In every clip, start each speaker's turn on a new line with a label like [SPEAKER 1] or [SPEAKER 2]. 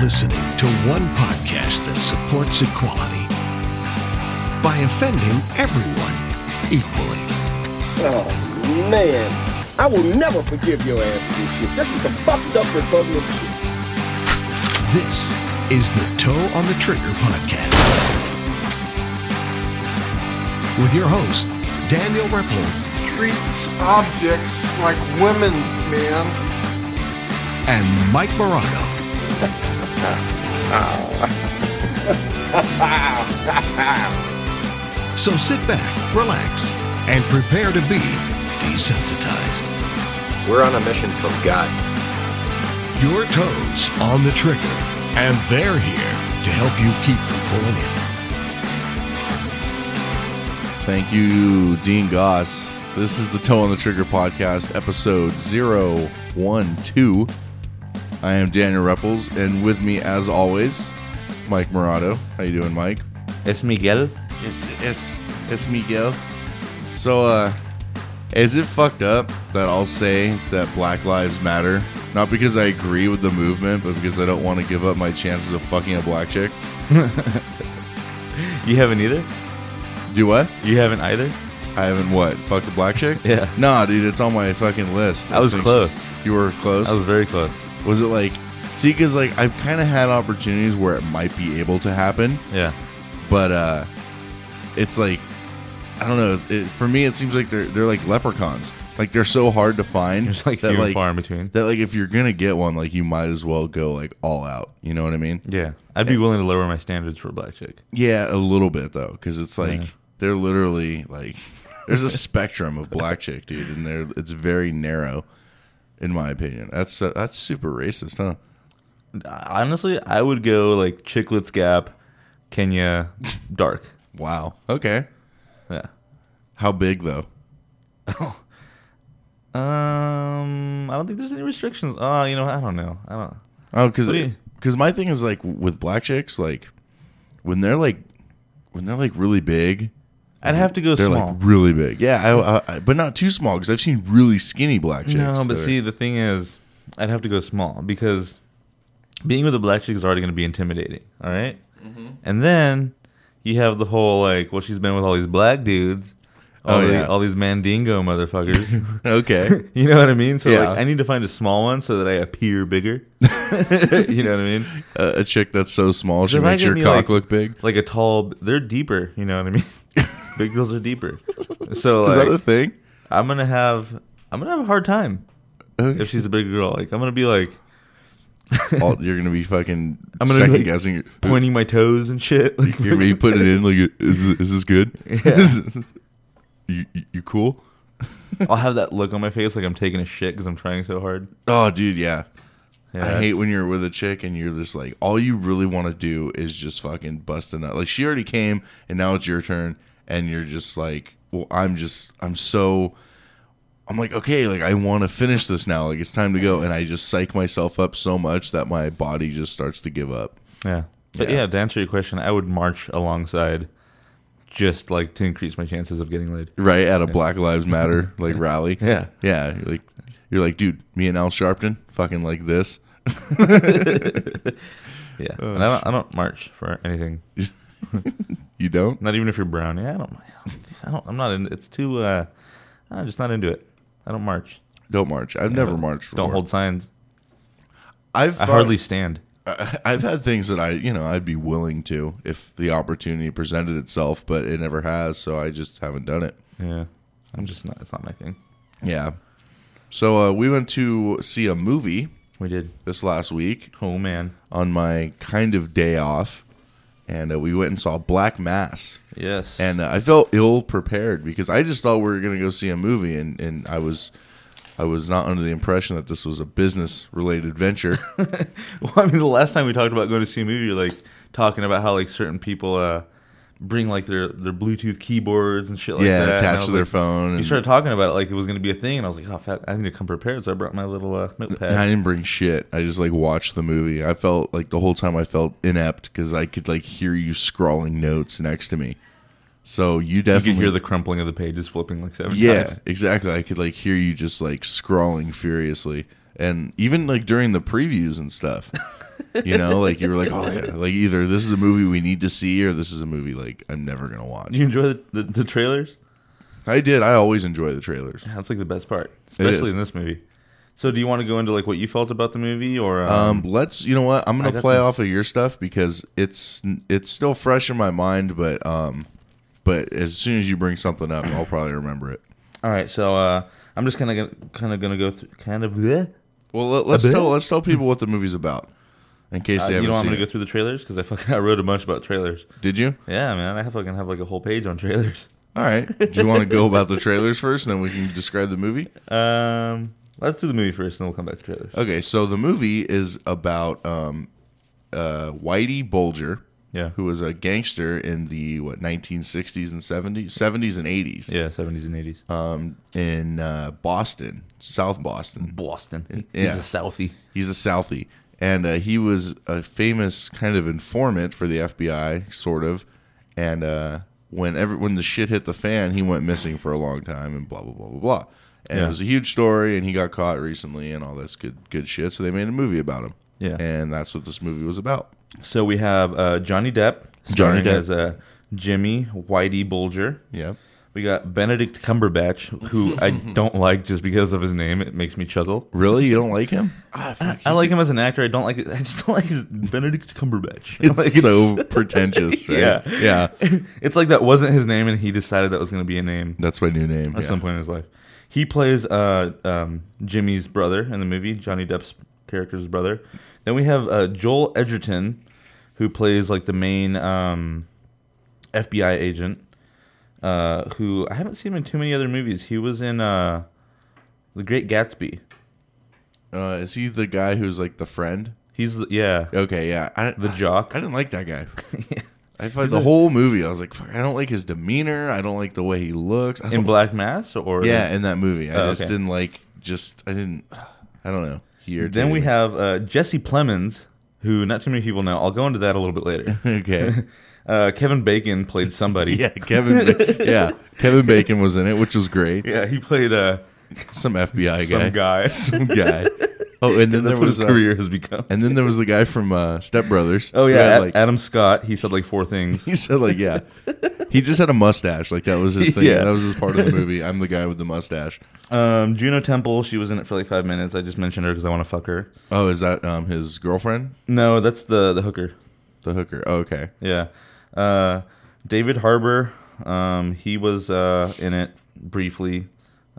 [SPEAKER 1] listening to one podcast that supports equality by offending everyone equally.
[SPEAKER 2] Oh man, I will never forgive your ass for this shit. This is some fucked up Republican shit.
[SPEAKER 1] This is the Toe on the Trigger podcast with your host, Daniel Ripples
[SPEAKER 3] treat objects like women, man.
[SPEAKER 1] and Mike Morano. So sit back, relax, and prepare to be desensitized.
[SPEAKER 4] We're on a mission from God.
[SPEAKER 1] Your toes on the trigger, and they're here to help you keep from pulling in.
[SPEAKER 5] Thank you, Dean Goss. This is the Toe on the Trigger podcast, episode 012. I am Daniel Repples, and with me, as always, Mike Morado. How you doing, Mike?
[SPEAKER 6] Es Miguel.
[SPEAKER 5] It's, it's, it's Miguel. So, uh, is it fucked up that I'll say that Black Lives Matter? Not because I agree with the movement, but because I don't want to give up my chances of fucking a black chick.
[SPEAKER 6] You haven't either?
[SPEAKER 5] Do what?
[SPEAKER 6] You haven't either?
[SPEAKER 5] I haven't what? Fucked a black chick?
[SPEAKER 6] Yeah.
[SPEAKER 5] Nah, dude, it's on my fucking list.
[SPEAKER 6] I was
[SPEAKER 5] think-
[SPEAKER 6] close.
[SPEAKER 5] You were close.
[SPEAKER 6] I was very close.
[SPEAKER 5] Was it like, see, because like I've kind of had opportunities where it might be able to happen,
[SPEAKER 6] Yeah.
[SPEAKER 5] but uh, it's like, I don't know. It, for me, it seems like they're they're like leprechauns. Like they're so hard to find
[SPEAKER 6] It's like few
[SPEAKER 5] that
[SPEAKER 6] and
[SPEAKER 5] like
[SPEAKER 6] far in between.
[SPEAKER 5] that like if you're gonna get one, like you might as well go like all out. You know what I mean?
[SPEAKER 6] Yeah. I'd be willing to lower my standards for a black chick.
[SPEAKER 5] Yeah, a little bit though, because it's like they're literally like there's a spectrum of black chick, dude, and they're it's very narrow, in my opinion. That's uh, that's super racist, huh?
[SPEAKER 6] Honestly, I would go like Chicklets Gap, Kenya, Dark.
[SPEAKER 5] Wow. Okay.
[SPEAKER 6] Yeah.
[SPEAKER 5] How big though?
[SPEAKER 6] Um, I don't think there's any restrictions. Oh, you know, I don't know. I don't.
[SPEAKER 5] Oh, because
[SPEAKER 6] What do you-
[SPEAKER 5] my thing is like with black chicks, like when they're like when they're like really big,
[SPEAKER 6] I'd have to go
[SPEAKER 5] they're
[SPEAKER 6] small.
[SPEAKER 5] like really big. Yeah, I, I, I, but not too small because I've seen really skinny black chicks.
[SPEAKER 6] No, but
[SPEAKER 5] that are-
[SPEAKER 6] see, the thing is, I'd have to go small because being with a black chick is already going to be intimidating. All right? and then you have the whole like, well, she's been with all these black dudes, all,
[SPEAKER 5] Oh,
[SPEAKER 6] the-
[SPEAKER 5] yeah.
[SPEAKER 6] all these mandingo motherfuckers.
[SPEAKER 5] okay,
[SPEAKER 6] you know what I mean? So
[SPEAKER 5] Yeah.
[SPEAKER 6] like, I need to find a small one so that I appear bigger. you know what I mean?
[SPEAKER 5] a, a chick that's so small she
[SPEAKER 6] If I
[SPEAKER 5] makes
[SPEAKER 6] give
[SPEAKER 5] your
[SPEAKER 6] me,
[SPEAKER 5] cock
[SPEAKER 6] like-
[SPEAKER 5] look big.
[SPEAKER 6] Like a tall, they're deeper. You know what I mean? Big girls are deeper. So
[SPEAKER 5] Is
[SPEAKER 6] like,
[SPEAKER 5] that a thing?
[SPEAKER 6] I'm gonna have, I'm gonna have a hard time if she's a big girl. Like, I'm gonna be like.
[SPEAKER 5] all, you're gonna be fucking
[SPEAKER 6] I'm gonna be,
[SPEAKER 5] second
[SPEAKER 6] like,
[SPEAKER 5] guessing. your-
[SPEAKER 6] pointing my toes and shit. Like,
[SPEAKER 5] You're gonna be putting it in like, is is this good? you, you you cool?
[SPEAKER 6] I'll have that look on my face like I'm taking a shit because I'm trying so hard.
[SPEAKER 5] Oh, dude, yeah.
[SPEAKER 6] Yeah,
[SPEAKER 5] I hate
[SPEAKER 6] that's-
[SPEAKER 5] when you're with a chick and you're just like, all you really want to do is just fucking bust a nut. Like she already came, and now it's your turn, and you're just like, well, I'm just, I'm so, I'm like, okay, like I want to finish this now. Like it's time to go, and I just psych myself up so much that my body just starts to give up.
[SPEAKER 6] Yeah. But yeah. to answer your question, I would march alongside just like to increase my chances of getting laid.
[SPEAKER 5] Right at a Black Lives Matter like rally.
[SPEAKER 6] Yeah.
[SPEAKER 5] Yeah, you're like you're like, dude, me and Al Sharpton, fucking like this.
[SPEAKER 6] Yeah. and I don't, I don't march for anything.
[SPEAKER 5] You don't?
[SPEAKER 6] Not even if you're brown. Yeah, I don't. I don't, I don't I'm not in. It's too. uh I'm just not into it. I don't march.
[SPEAKER 5] Don't march. I've never marched. Before.
[SPEAKER 6] Don't hold signs.
[SPEAKER 5] I've
[SPEAKER 6] I hardly stand.
[SPEAKER 5] I- I've had things that I, you know, I'd be willing to if the opportunity presented itself, but it never has, so I just haven't done it.
[SPEAKER 6] Yeah. I'm just not. It's not my thing.
[SPEAKER 5] Yeah. So uh, we went to see a movie
[SPEAKER 6] We did.
[SPEAKER 5] this last week
[SPEAKER 6] Oh man.
[SPEAKER 5] on my kind of day off, and uh, we went and saw Black Mass.
[SPEAKER 6] Yes.
[SPEAKER 5] and uh, I felt ill prepared because I just thought we were going to go see a movie, and, and I was I was not under the impression that this was a business related venture.
[SPEAKER 6] Well, I mean, the last time we talked about going to see a movie, you're like talking about how like certain people uh, bring like their their Bluetooth keyboards and shit like
[SPEAKER 5] yeah,
[SPEAKER 6] that. and I
[SPEAKER 5] attached
[SPEAKER 6] was
[SPEAKER 5] to their
[SPEAKER 6] like-
[SPEAKER 5] phone.
[SPEAKER 6] You
[SPEAKER 5] And,
[SPEAKER 6] started talking about it like it was going to be a thing, and I was like, oh, fuck, I need to come prepared. So I brought my little uh,
[SPEAKER 5] and I
[SPEAKER 6] notepad.
[SPEAKER 5] didn't bring shit. I just like watched the movie. I felt like the whole time I felt inept because I could like hear you scrawling notes next to me. So you
[SPEAKER 6] You
[SPEAKER 5] definitely
[SPEAKER 6] could hear the crumpling of the pages flipping like seven
[SPEAKER 5] yeah
[SPEAKER 6] times.
[SPEAKER 5] exactly. I could like hear you just like scrawling furiously, and even like during the previews and stuff. You know, like you were like, oh yeah, like either this is a movie we need to see or this is a movie like I'm never gonna watch.
[SPEAKER 6] You enjoy the, the, the trailers?
[SPEAKER 5] I did. I always enjoy the trailers.
[SPEAKER 6] That's like the best part,
[SPEAKER 5] is.
[SPEAKER 6] especially in this movie. So, do you want to go into like what you felt about the movie, or um,
[SPEAKER 5] Um, let's. You know what? I'm
[SPEAKER 6] I
[SPEAKER 5] gonna
[SPEAKER 6] got
[SPEAKER 5] play
[SPEAKER 6] some-
[SPEAKER 5] off of your stuff because it's it's still fresh in my mind, but um, but as soon as you bring something up, I'll probably remember it.
[SPEAKER 6] all right? So, uh, I'm just kind of kind of gonna go through kind of. bleh.
[SPEAKER 5] Well, let, let's
[SPEAKER 6] bit?
[SPEAKER 5] tell let's tell people what the movie's about in case
[SPEAKER 6] Uh,
[SPEAKER 5] they
[SPEAKER 6] you
[SPEAKER 5] haven't
[SPEAKER 6] know, I'm
[SPEAKER 5] seen
[SPEAKER 6] gonna
[SPEAKER 5] it.
[SPEAKER 6] go through the trailers because I fucking I wrote a bunch about trailers.
[SPEAKER 5] Did you?
[SPEAKER 6] Yeah, man, I fucking have like a whole page on trailers.
[SPEAKER 5] All right. Do you want to go about the trailers first, and then we can describe the movie?
[SPEAKER 6] Um, let's do the movie first, and then we'll come back to trailers.
[SPEAKER 5] Okay, so the movie is about um, uh, Whitey Bulger,
[SPEAKER 6] Yeah,
[SPEAKER 5] who was a gangster in the what 1960s and 70s, 70s and 80s
[SPEAKER 6] yeah, 70s and 80s.
[SPEAKER 5] um, in uh, Boston, South Boston.
[SPEAKER 6] Boston.
[SPEAKER 5] yeah.
[SPEAKER 6] He's a selfie.
[SPEAKER 5] He's a Southie, and uh, he was a famous kind of informant for the FBI, sort of. And uh, when every, when the shit hit the fan, he went missing for a long time, and blah blah blah blah blah. And
[SPEAKER 6] Yeah.
[SPEAKER 5] it was a huge story, and he got caught recently, and all this good good shit. So they made a movie about him.
[SPEAKER 6] Yeah.
[SPEAKER 5] and that's what this movie was about.
[SPEAKER 6] So we have uh, Johnny Depp.
[SPEAKER 5] Johnny
[SPEAKER 6] starring
[SPEAKER 5] Depp.
[SPEAKER 6] as uh, Jimmy Whitey Bulger.
[SPEAKER 5] Yeah,
[SPEAKER 6] We got Benedict Cumberbatch, who I don't like just because of his name. It makes me chuckle.
[SPEAKER 5] really, you don't like him?
[SPEAKER 6] I like him as an actor. I don't like. I just don't like his Benedict Cumberbatch.
[SPEAKER 5] It's
[SPEAKER 6] Like,
[SPEAKER 5] so pretentious. Right?
[SPEAKER 6] Yeah.
[SPEAKER 5] yeah,
[SPEAKER 6] it's like that wasn't his name, and he decided that was going to be a name
[SPEAKER 5] that's my new name.
[SPEAKER 6] at
[SPEAKER 5] yeah.
[SPEAKER 6] some point in his life. He plays uh, um, Jimmy's brother in the movie, Johnny Depp's character's brother. Then we have uh, Joel Edgerton, who plays like the main um, FBI agent, uh, who I haven't seen him in too many other movies. He was in uh, The Great Gatsby.
[SPEAKER 5] Uh, is he the guy who's like the friend?
[SPEAKER 6] He's the, yeah,
[SPEAKER 5] Okay, yeah. I,
[SPEAKER 6] the jock.
[SPEAKER 5] I didn't like that guy. I thought the whole movie. I was like, fuck, I don't like his demeanor. I don't like the way he looks. I
[SPEAKER 6] in
[SPEAKER 5] don't-
[SPEAKER 6] Black Mass or
[SPEAKER 5] yeah, in that movie, I
[SPEAKER 6] Oh,
[SPEAKER 5] just
[SPEAKER 6] okay.
[SPEAKER 5] didn't like. Just I didn't. I don't know. He
[SPEAKER 6] Then
[SPEAKER 5] irritated
[SPEAKER 6] we
[SPEAKER 5] me.
[SPEAKER 6] have uh, Jesse Plemons, who not too many people know. I'll go into that a little bit later.
[SPEAKER 5] okay.
[SPEAKER 6] Uh, Kevin Bacon played somebody.
[SPEAKER 5] Yeah, Kevin. Ba- yeah, Kevin Bacon was in it, which was great.
[SPEAKER 6] Yeah, he played uh,
[SPEAKER 5] Some FBI guy.
[SPEAKER 6] some guy.
[SPEAKER 5] Some guy. Oh, and then
[SPEAKER 6] That's
[SPEAKER 5] there
[SPEAKER 6] what his
[SPEAKER 5] was uh,
[SPEAKER 6] career has become.
[SPEAKER 5] and then there was the guy from uh, Step Brothers.
[SPEAKER 6] Oh
[SPEAKER 5] who
[SPEAKER 6] yeah,
[SPEAKER 5] had,
[SPEAKER 6] Ad-
[SPEAKER 5] like
[SPEAKER 6] Adam Scott. He said like four things.
[SPEAKER 5] he said like yeah, he just had a mustache. Like that was his thing.
[SPEAKER 6] Yeah.
[SPEAKER 5] That was his part of the movie. I'm the guy with the mustache.
[SPEAKER 6] Um, Juno Temple. She was in it for like five minutes. I just mentioned her because I want to fuck her.
[SPEAKER 5] Oh, is that um his girlfriend,
[SPEAKER 6] No, that's the the hooker.
[SPEAKER 5] the hooker? Oh, okay.
[SPEAKER 6] Yeah. Uh, David Harbour. Um, he was uh, in it briefly.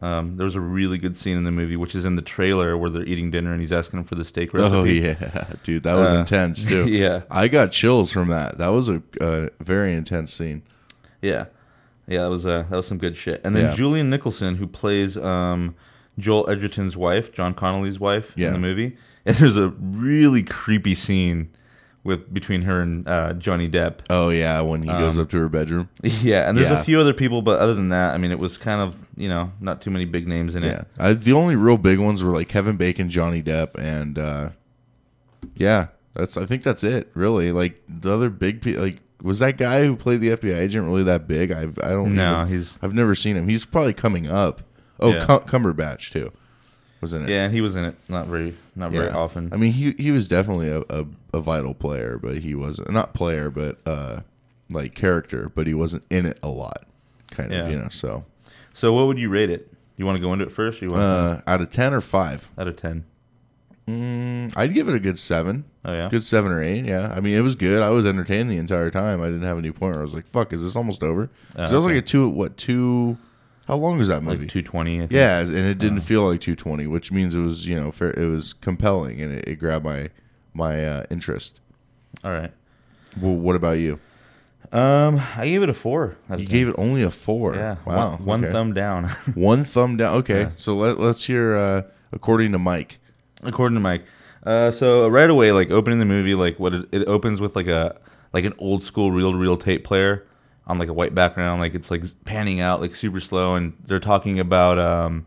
[SPEAKER 6] Um, there was a really good scene in the movie, which is in the trailer where they're eating dinner and he's asking him for the steak recipe.
[SPEAKER 5] Oh yeah, dude, that was
[SPEAKER 6] Uh,
[SPEAKER 5] intense too.
[SPEAKER 6] yeah.
[SPEAKER 5] I got chills from that. That was a uh, very intense scene.
[SPEAKER 6] Yeah, yeah, that was uh, that was some good shit. And then
[SPEAKER 5] Yeah.
[SPEAKER 6] Julian Nicholson, who plays um, Joel Edgerton's wife, John Connolly's wife
[SPEAKER 5] Yeah.
[SPEAKER 6] in the movie, and there's a really creepy scene with between her and uh, Johnny Depp.
[SPEAKER 5] Oh yeah, when he goes up to her bedroom.
[SPEAKER 6] Yeah, and there's
[SPEAKER 5] Yeah.
[SPEAKER 6] a few other people, but other than that, I mean, it was kind of you know not too many big names in it.
[SPEAKER 5] Yeah, I, the only real big ones were like Kevin Bacon, Johnny Depp, and uh, yeah, that's. I think that's it. Really, like the other big pe- like. Was that guy who played the FBI agent really that big? I I don't
[SPEAKER 6] No,
[SPEAKER 5] even-
[SPEAKER 6] he's-
[SPEAKER 5] I've never seen him. He's probably coming up. Oh,
[SPEAKER 6] Yeah.
[SPEAKER 5] Cum Cumberbatch too, was in it.
[SPEAKER 6] Yeah, and he was in it not very not very
[SPEAKER 5] Yeah.
[SPEAKER 6] often.
[SPEAKER 5] I mean, he he was definitely a, a, a vital player, but he wasn't not player, but uh, like character, but he wasn't in it a lot, kind of
[SPEAKER 6] Yeah.
[SPEAKER 5] you know. So
[SPEAKER 6] so what would you rate it? You want to go into it first, or you want
[SPEAKER 5] uh, out of ten or five,
[SPEAKER 6] out of ten?
[SPEAKER 5] I'd give it a good seven.
[SPEAKER 6] Oh Hmm. yeah,
[SPEAKER 5] Good seven or eight, yeah. I mean, it was good. I was entertained the entire time. I didn't have any point where I was like, "Fuck, is this almost over?" 'Cause it was
[SPEAKER 6] Uh, okay.
[SPEAKER 5] like a two. What two? How long was that movie?
[SPEAKER 6] like two Oh. twenty.
[SPEAKER 5] Yeah, and it didn't feel like 220, which means it was you know fair, it was compelling and it, it grabbed my my uh, interest.
[SPEAKER 6] All right.
[SPEAKER 5] Well, what about you?
[SPEAKER 6] Um, I gave it a four. out of
[SPEAKER 5] You
[SPEAKER 6] 10.
[SPEAKER 5] gave it only a four.
[SPEAKER 6] Yeah.
[SPEAKER 5] Wow.
[SPEAKER 6] One, one
[SPEAKER 5] okay.
[SPEAKER 6] thumb down.
[SPEAKER 5] One thumb down. Okay. So let, let's hear uh, according to Mike.
[SPEAKER 6] According to Mike. Uh, so right away, like opening the movie, like what it, it opens with like a like an old school reel to reel tape player on like a white background, like it's like panning out like super slow, and they're talking about um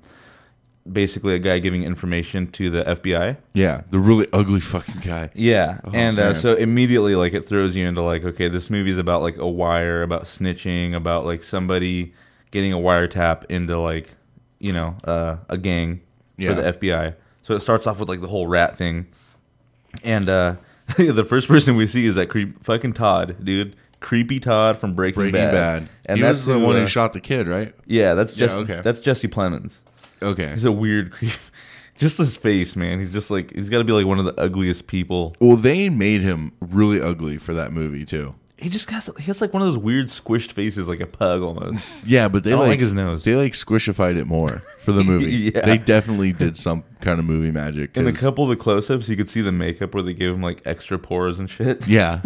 [SPEAKER 6] basically a guy giving information to the FBI.
[SPEAKER 5] Yeah, the really ugly fucking guy.
[SPEAKER 6] Yeah, and uh,
[SPEAKER 5] Oh, man.
[SPEAKER 6] so immediately, like, it throws you into like, okay, this movie's about like a wire, about snitching, about like somebody getting a wiretap into like, you know, uh, a gang
[SPEAKER 5] Yeah.
[SPEAKER 6] for the FBI. So it starts off with like the whole rat thing, and uh, the first person we see is that creep fucking Todd, dude. Creepy Todd from Breaking,
[SPEAKER 5] Breaking Bad.
[SPEAKER 6] And
[SPEAKER 5] he
[SPEAKER 6] that's
[SPEAKER 5] was the one who
[SPEAKER 6] uh,
[SPEAKER 5] shot the kid, right?
[SPEAKER 6] Yeah, that's
[SPEAKER 5] Yeah,
[SPEAKER 6] just
[SPEAKER 5] okay.
[SPEAKER 6] that's Jesse Plemons.
[SPEAKER 5] Okay.
[SPEAKER 6] He's a weird creep. Just his face, man. He's just like he's got to be like one of the ugliest people.
[SPEAKER 5] Well, they made him really ugly for that movie too.
[SPEAKER 6] He just has he has like one of those weird squished faces, like a pug almost.
[SPEAKER 5] Yeah, but they
[SPEAKER 6] I don't
[SPEAKER 5] like,
[SPEAKER 6] like his nose.
[SPEAKER 5] They like squishified it more for the movie.
[SPEAKER 6] Yeah.
[SPEAKER 5] They definitely did some kind of movie magic.
[SPEAKER 6] In a
[SPEAKER 5] 'cause-
[SPEAKER 6] couple of the close-ups, you could see the makeup where they give him like extra pores and shit.
[SPEAKER 5] yeah,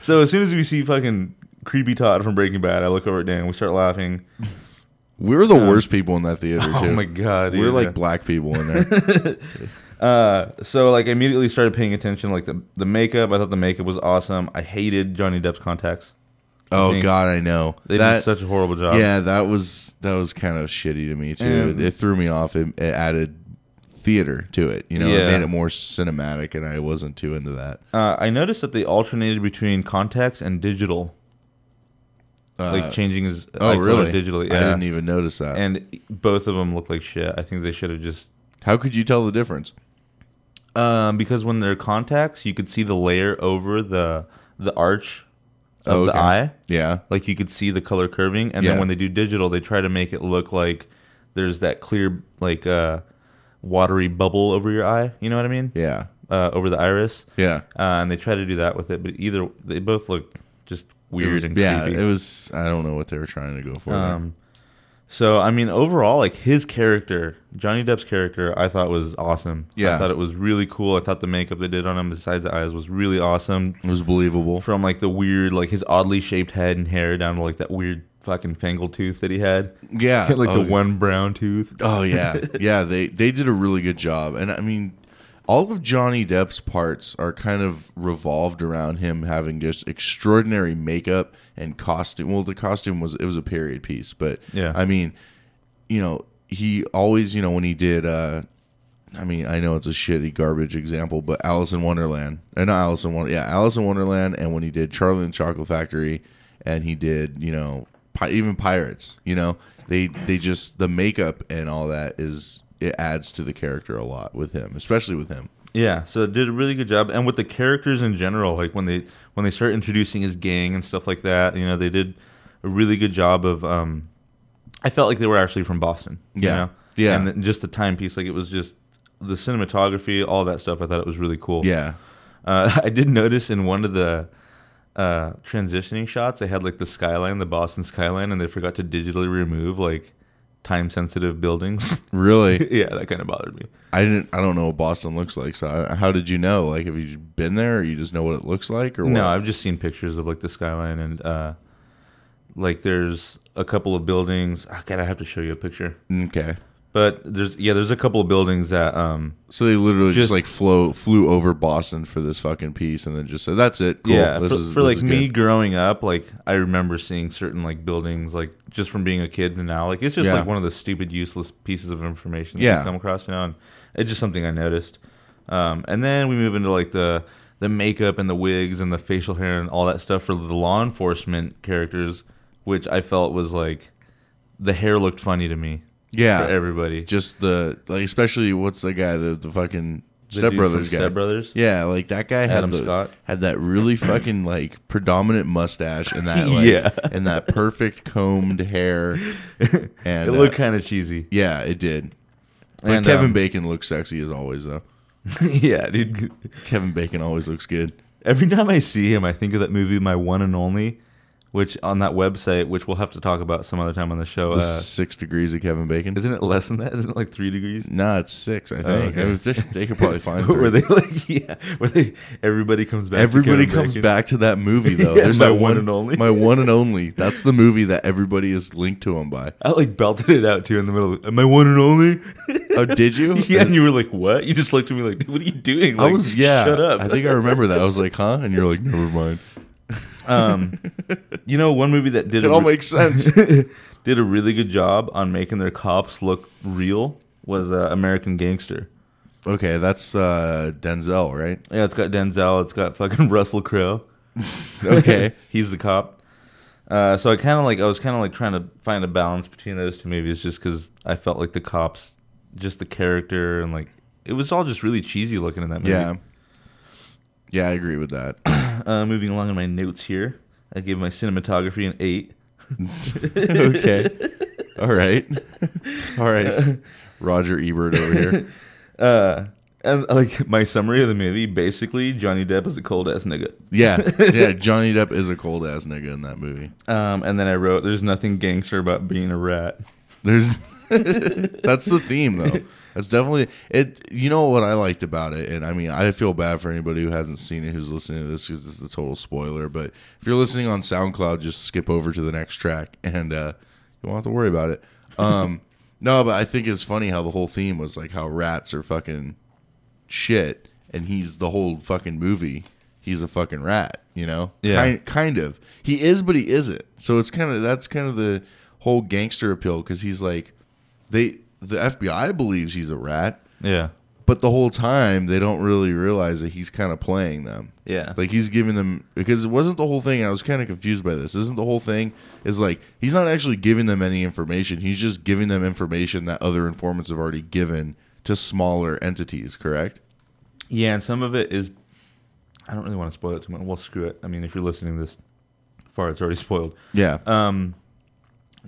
[SPEAKER 6] So as soon as we see fucking creepy Todd from Breaking Bad, I look over at Dan. We start laughing.
[SPEAKER 5] we were the worst people in that theater.
[SPEAKER 6] Oh
[SPEAKER 5] too.
[SPEAKER 6] my god,
[SPEAKER 5] we were
[SPEAKER 6] dude.
[SPEAKER 5] like black people in there.
[SPEAKER 6] so like I immediately started paying attention. Like the the makeup, I thought the makeup was awesome. I hated Johnny Depp's contacts.
[SPEAKER 5] oh
[SPEAKER 6] think
[SPEAKER 5] god, I know
[SPEAKER 6] They
[SPEAKER 5] that.
[SPEAKER 6] did such a horrible job.
[SPEAKER 5] yeah, that was that was kind of shitty to me too.
[SPEAKER 6] And-
[SPEAKER 5] it threw me off. It, it added theater to it. You know,
[SPEAKER 6] Yeah.
[SPEAKER 5] it made it more cinematic, and I wasn't too into that.
[SPEAKER 6] Uh, I noticed that they alternated between contacts and digital,
[SPEAKER 5] Uh,
[SPEAKER 6] like changing his
[SPEAKER 5] oh
[SPEAKER 6] like, color
[SPEAKER 5] really?
[SPEAKER 6] digitally.
[SPEAKER 5] I
[SPEAKER 6] yeah.
[SPEAKER 5] didn't e- even notice that.
[SPEAKER 6] and both of them look like shit. I think they should have just
[SPEAKER 5] How could you tell the difference?
[SPEAKER 6] um, because when they're contacts, you could see the layer over the the arch of
[SPEAKER 5] Oh,
[SPEAKER 6] the
[SPEAKER 5] okay.
[SPEAKER 6] eye,
[SPEAKER 5] Yeah.
[SPEAKER 6] like you could see the color curving. And
[SPEAKER 5] Yeah.
[SPEAKER 6] then when they do digital, they try to make it look like there's that clear like uh, watery bubble over your eye. You know what I mean?
[SPEAKER 5] Yeah.
[SPEAKER 6] Uh, over the iris,
[SPEAKER 5] Yeah.
[SPEAKER 6] uh, and they try to do that with it, but either they both look just
[SPEAKER 5] It
[SPEAKER 6] weird
[SPEAKER 5] was-
[SPEAKER 6] and
[SPEAKER 5] yeah,
[SPEAKER 6] creepy.
[SPEAKER 5] it was. I don't know what they were trying to go for. there.
[SPEAKER 6] Um, so I mean, overall, like his character, Johnny Depp's character, I thought was awesome.
[SPEAKER 5] Yeah.
[SPEAKER 6] I thought it was really cool. I thought the makeup they did on him, besides the eyes, was really awesome.
[SPEAKER 5] it was believable.
[SPEAKER 6] From like the weird, like his oddly shaped head and hair, down to like that weird fucking fangled tooth that he had.
[SPEAKER 5] Yeah,
[SPEAKER 6] like
[SPEAKER 5] oh,
[SPEAKER 6] the one brown tooth.
[SPEAKER 5] Oh yeah, yeah. They they did a really good job, and I mean, all of Johnny Depp's parts are kind of revolved around him having just extraordinary makeup and costume. Well, the costume was it was a period piece, but
[SPEAKER 6] Yeah.
[SPEAKER 5] I mean, you know, he always, you know, when he did. uh I mean, I know it's a shitty garbage example, but Alice in Wonderland, and not Alice in Wonderland, yeah, Alice in Wonderland, and when he did Charlie and the Chocolate Factory, and he did, you know, pi- even Pirates, you know, they they just the makeup and all that is it adds to the character a lot with him, especially with him.
[SPEAKER 6] Yeah, so it did a really good job, and with the characters in general, like when they when they start introducing his gang and stuff like that, you know, they did a really good job of. um I felt like they were actually from Boston. you
[SPEAKER 5] Yeah.
[SPEAKER 6] know?
[SPEAKER 5] Yeah.
[SPEAKER 6] and then just the timepiece, like it was just the cinematography, all that stuff. I thought it was really cool.
[SPEAKER 5] Yeah,
[SPEAKER 6] uh, I did notice in one of the uh transitioning shots, they had like the skyline, the Boston skyline, and they forgot to digitally remove like time sensitive buildings.
[SPEAKER 5] really.
[SPEAKER 6] yeah, that kind of bothered me.
[SPEAKER 5] I didn't. I don't know what Boston looks like. So I- how did you know? Like, have you been there, or you just know what it looks like, or
[SPEAKER 6] No,
[SPEAKER 5] what?
[SPEAKER 6] I've just seen pictures of like the skyline and uh like there's a couple of buildings. Ah, I gotta have to show you a picture.
[SPEAKER 5] Okay,
[SPEAKER 6] But there's yeah, there's a couple of buildings that um
[SPEAKER 5] so they literally just,
[SPEAKER 6] Just-
[SPEAKER 5] like flow flew over Boston for this fucking piece, and then just said, "That's it. Cool.
[SPEAKER 6] yeah,
[SPEAKER 5] this
[SPEAKER 6] for,
[SPEAKER 5] is
[SPEAKER 6] for
[SPEAKER 5] this
[SPEAKER 6] like
[SPEAKER 5] is
[SPEAKER 6] me
[SPEAKER 5] good."
[SPEAKER 6] growing up, like I remember seeing certain like buildings like just from being a kid to now. Like it's just
[SPEAKER 5] Yeah.
[SPEAKER 6] like one of those stupid useless pieces of information that
[SPEAKER 5] Yeah.
[SPEAKER 6] you come across now and it's just something I noticed. Um and then we move into like the the makeup and the wigs and the facial hair and all that stuff for the law enforcement characters, which I felt was like the hair looked funny to me
[SPEAKER 5] Yeah,
[SPEAKER 6] for everybody.
[SPEAKER 5] just the like especially what's the guy the the fucking
[SPEAKER 6] The dude
[SPEAKER 5] Step Brothers
[SPEAKER 6] from
[SPEAKER 5] guy.
[SPEAKER 6] Step Brothers.
[SPEAKER 5] Yeah, like that guy had
[SPEAKER 6] Adam
[SPEAKER 5] the,
[SPEAKER 6] Scott.
[SPEAKER 5] had that really fucking like predominant mustache and that like
[SPEAKER 6] Yeah.
[SPEAKER 5] and that perfect combed hair. And
[SPEAKER 6] It looked
[SPEAKER 5] uh,
[SPEAKER 6] kind of cheesy.
[SPEAKER 5] yeah, it did. But
[SPEAKER 6] And,
[SPEAKER 5] Kevin
[SPEAKER 6] um,
[SPEAKER 5] Bacon looks sexy as always though.
[SPEAKER 6] yeah, dude.
[SPEAKER 5] Kevin Bacon always looks good.
[SPEAKER 6] Every time I see him, I think of that movie, My One and Only, which on that website, which we'll have to talk about some other time on the show.
[SPEAKER 5] The
[SPEAKER 6] Uh,
[SPEAKER 5] six degrees of Kevin Bacon.
[SPEAKER 6] isn't it less than that? Isn't it like three degrees?
[SPEAKER 5] Nah, it's six. I think
[SPEAKER 6] okay.
[SPEAKER 5] I mean, they- they could probably find. three.
[SPEAKER 6] where they like, yeah, where they everybody comes back. to
[SPEAKER 5] Everybody
[SPEAKER 6] Kevin
[SPEAKER 5] comes
[SPEAKER 6] Bacon.
[SPEAKER 5] back to that movie though.
[SPEAKER 6] Yeah,
[SPEAKER 5] There's
[SPEAKER 6] My
[SPEAKER 5] that
[SPEAKER 6] One
[SPEAKER 5] one
[SPEAKER 6] and Only.
[SPEAKER 5] My one and only. That's the movie that everybody is linked to him by.
[SPEAKER 6] I like belted it out too in the middle. Of, Am I one and only?
[SPEAKER 5] Oh, did you?
[SPEAKER 6] yeah, and you were like, "What?" You just looked at me like, "Dude, "What are you doing?"
[SPEAKER 5] I
[SPEAKER 6] Like,
[SPEAKER 5] was yeah.
[SPEAKER 6] Shut up.
[SPEAKER 5] I think I remember that. I was like, huh? And you're like, never mind.
[SPEAKER 6] you know one movie that did
[SPEAKER 5] It
[SPEAKER 6] a
[SPEAKER 5] all
[SPEAKER 6] re-
[SPEAKER 5] makes sense.
[SPEAKER 6] did a really good job on making their cops look real was uh, American Gangster.
[SPEAKER 5] okay, that's uh, Denzel, right?
[SPEAKER 6] Yeah, it's got Denzel. It's got fucking Russell Crowe.
[SPEAKER 5] Okay.
[SPEAKER 6] he's the cop. Uh, so I kind of like I was kind of like trying to find a balance between those two movies, just because I felt like the cops, just the character, and like it was all just really cheesy looking in that movie.
[SPEAKER 5] yeah. Yeah, I agree with that.
[SPEAKER 6] Uh, moving along in my notes here, I gave my cinematography an eight.
[SPEAKER 5] okay. All right. All right. Roger Ebert over here.
[SPEAKER 6] Uh, and like my summary of the movie, basically Johnny Depp is a cold ass nigga.
[SPEAKER 5] Yeah. Yeah. Johnny Depp is a cold ass nigga in that movie.
[SPEAKER 6] Um, and then I wrote, "There's nothing gangster about being a rat."
[SPEAKER 5] There's that's the theme though. That's definitely it. You know what I liked about it, and I mean, I feel bad for anybody who hasn't seen it who's listening to this because it's a total spoiler. But if you're listening on SoundCloud, just skip over to the next track, and uh, you won't have to worry about it. Um, no, but I think it's funny how the whole theme was like how rats are fucking shit, and he's the whole fucking movie. He's a fucking rat, you know.
[SPEAKER 6] Yeah.
[SPEAKER 5] Kind, kind of. He is, but he isn't. So it's kind of that's kind of the whole gangster appeal because he's like, they the FBI believes he's a rat,
[SPEAKER 6] Yeah,
[SPEAKER 5] but the whole time they don't really realize that he's kind of playing them.
[SPEAKER 6] yeah,
[SPEAKER 5] Like he's giving them because it wasn't the whole thing. I was kind of confused by this. Isn't the whole thing is like he's not actually giving them any information. He's just giving them information that other informants have already given to smaller entities. Correct?
[SPEAKER 6] yeah. And some of it is, I don't really want to spoil it too much. Well, screw it. I mean, if you're listening this far, it's already spoiled.
[SPEAKER 5] Yeah.
[SPEAKER 6] um,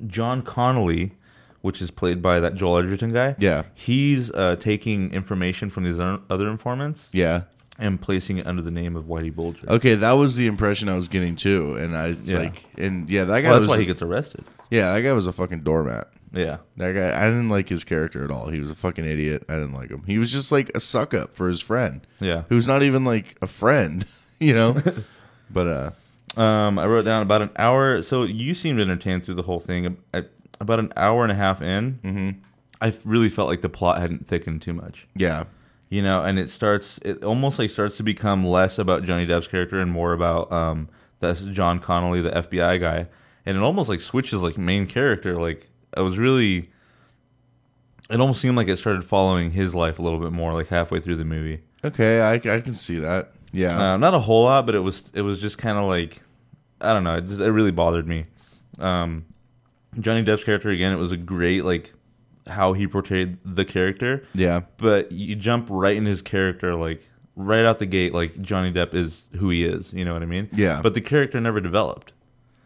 [SPEAKER 6] John Connolly, which is played by that Joel Edgerton guy.
[SPEAKER 5] Yeah.
[SPEAKER 6] he's uh, taking information from these other other informants
[SPEAKER 5] yeah.
[SPEAKER 6] and placing it under the name of Whitey Bulger.
[SPEAKER 5] Okay, that was the impression I was getting too, and I it's
[SPEAKER 6] Yeah.
[SPEAKER 5] like, and yeah, that guy
[SPEAKER 6] well, that's
[SPEAKER 5] was
[SPEAKER 6] why he gets arrested.
[SPEAKER 5] yeah, that guy was a fucking doormat.
[SPEAKER 6] Yeah,
[SPEAKER 5] That guy, I didn't like his character at all. He was a fucking idiot. I didn't like him. He was just like a suck up for his friend,
[SPEAKER 6] yeah.
[SPEAKER 5] who's not even like a friend, you know. but uh,
[SPEAKER 6] Um, I wrote down about an hour. So you seemed entertained through the whole thing. I, about an hour and a half in, mm-hmm. I really felt like the plot hadn't thickened too much.
[SPEAKER 5] yeah,
[SPEAKER 6] You know, and it starts. It almost like starts to become less about Johnny Depp's character and more about um, that's John Connolly, the FBI guy, and it almost like switches like main character. Like I was really. It almost seemed like it started following his life a little bit more, like halfway through the movie.
[SPEAKER 5] okay, I, I can see that. Yeah,
[SPEAKER 6] Uh, not a whole lot, but it was it was just kind of like I don't know. It, just, it really bothered me. Um, Johnny Depp's character again. It was a great like how he portrayed the character,
[SPEAKER 5] yeah,
[SPEAKER 6] but you jump right in his character like right out the gate. Like Johnny Depp is who he is. You know what I mean?
[SPEAKER 5] Yeah.
[SPEAKER 6] But the character never developed.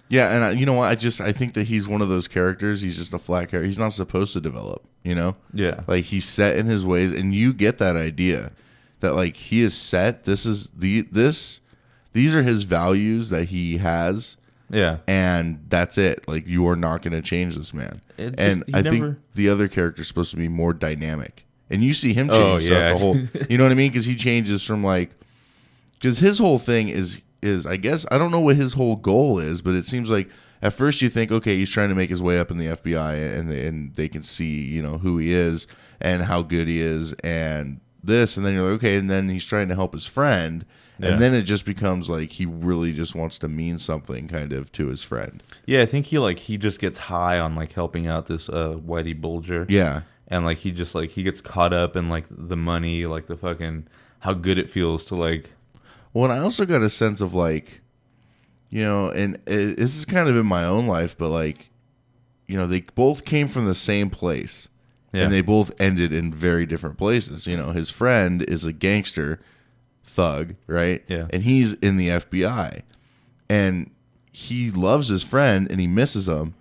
[SPEAKER 5] yeah. And I, you know what? I just I think that he's one of those characters. He's just a flat character. He's not supposed to develop. You know.
[SPEAKER 6] Yeah.
[SPEAKER 5] Like he's set in his ways, and you get that idea that like he is set. This is the this these are his values that he has,
[SPEAKER 6] yeah.
[SPEAKER 5] and that's it. Like you are not going to change this man.
[SPEAKER 6] It just-
[SPEAKER 5] and
[SPEAKER 6] he
[SPEAKER 5] I think
[SPEAKER 6] never-
[SPEAKER 5] the other character is supposed to be more dynamic, and you see him change
[SPEAKER 6] Oh,
[SPEAKER 5] throughout
[SPEAKER 6] yeah.
[SPEAKER 5] the whole. You know what I mean? Because he changes from like because his whole thing is is I guess I don't know what his whole goal is, but it seems like at first you think okay he's trying to make his way up in the FBI and they, and they can see you know who he is and how good he is and this and then you're like okay and then he's trying to help his friend
[SPEAKER 6] Yeah.
[SPEAKER 5] and then it just becomes like he really just wants to mean something kind of to his friend
[SPEAKER 6] Yeah. I think he like he just gets high on like helping out this uh, Whitey Bulger.
[SPEAKER 5] yeah
[SPEAKER 6] and like he just like he gets caught up in like the money like the fucking how good it feels to like
[SPEAKER 5] Well, and I also got a sense of like, you know, and it, this is kind of in my own life, but like, you know, they both came from the same place,
[SPEAKER 6] Yeah.
[SPEAKER 5] and they both ended in very different places. You know, his friend is a gangster thug, right?
[SPEAKER 6] Yeah.
[SPEAKER 5] and he's in the FBI, and he loves his friend and he misses him,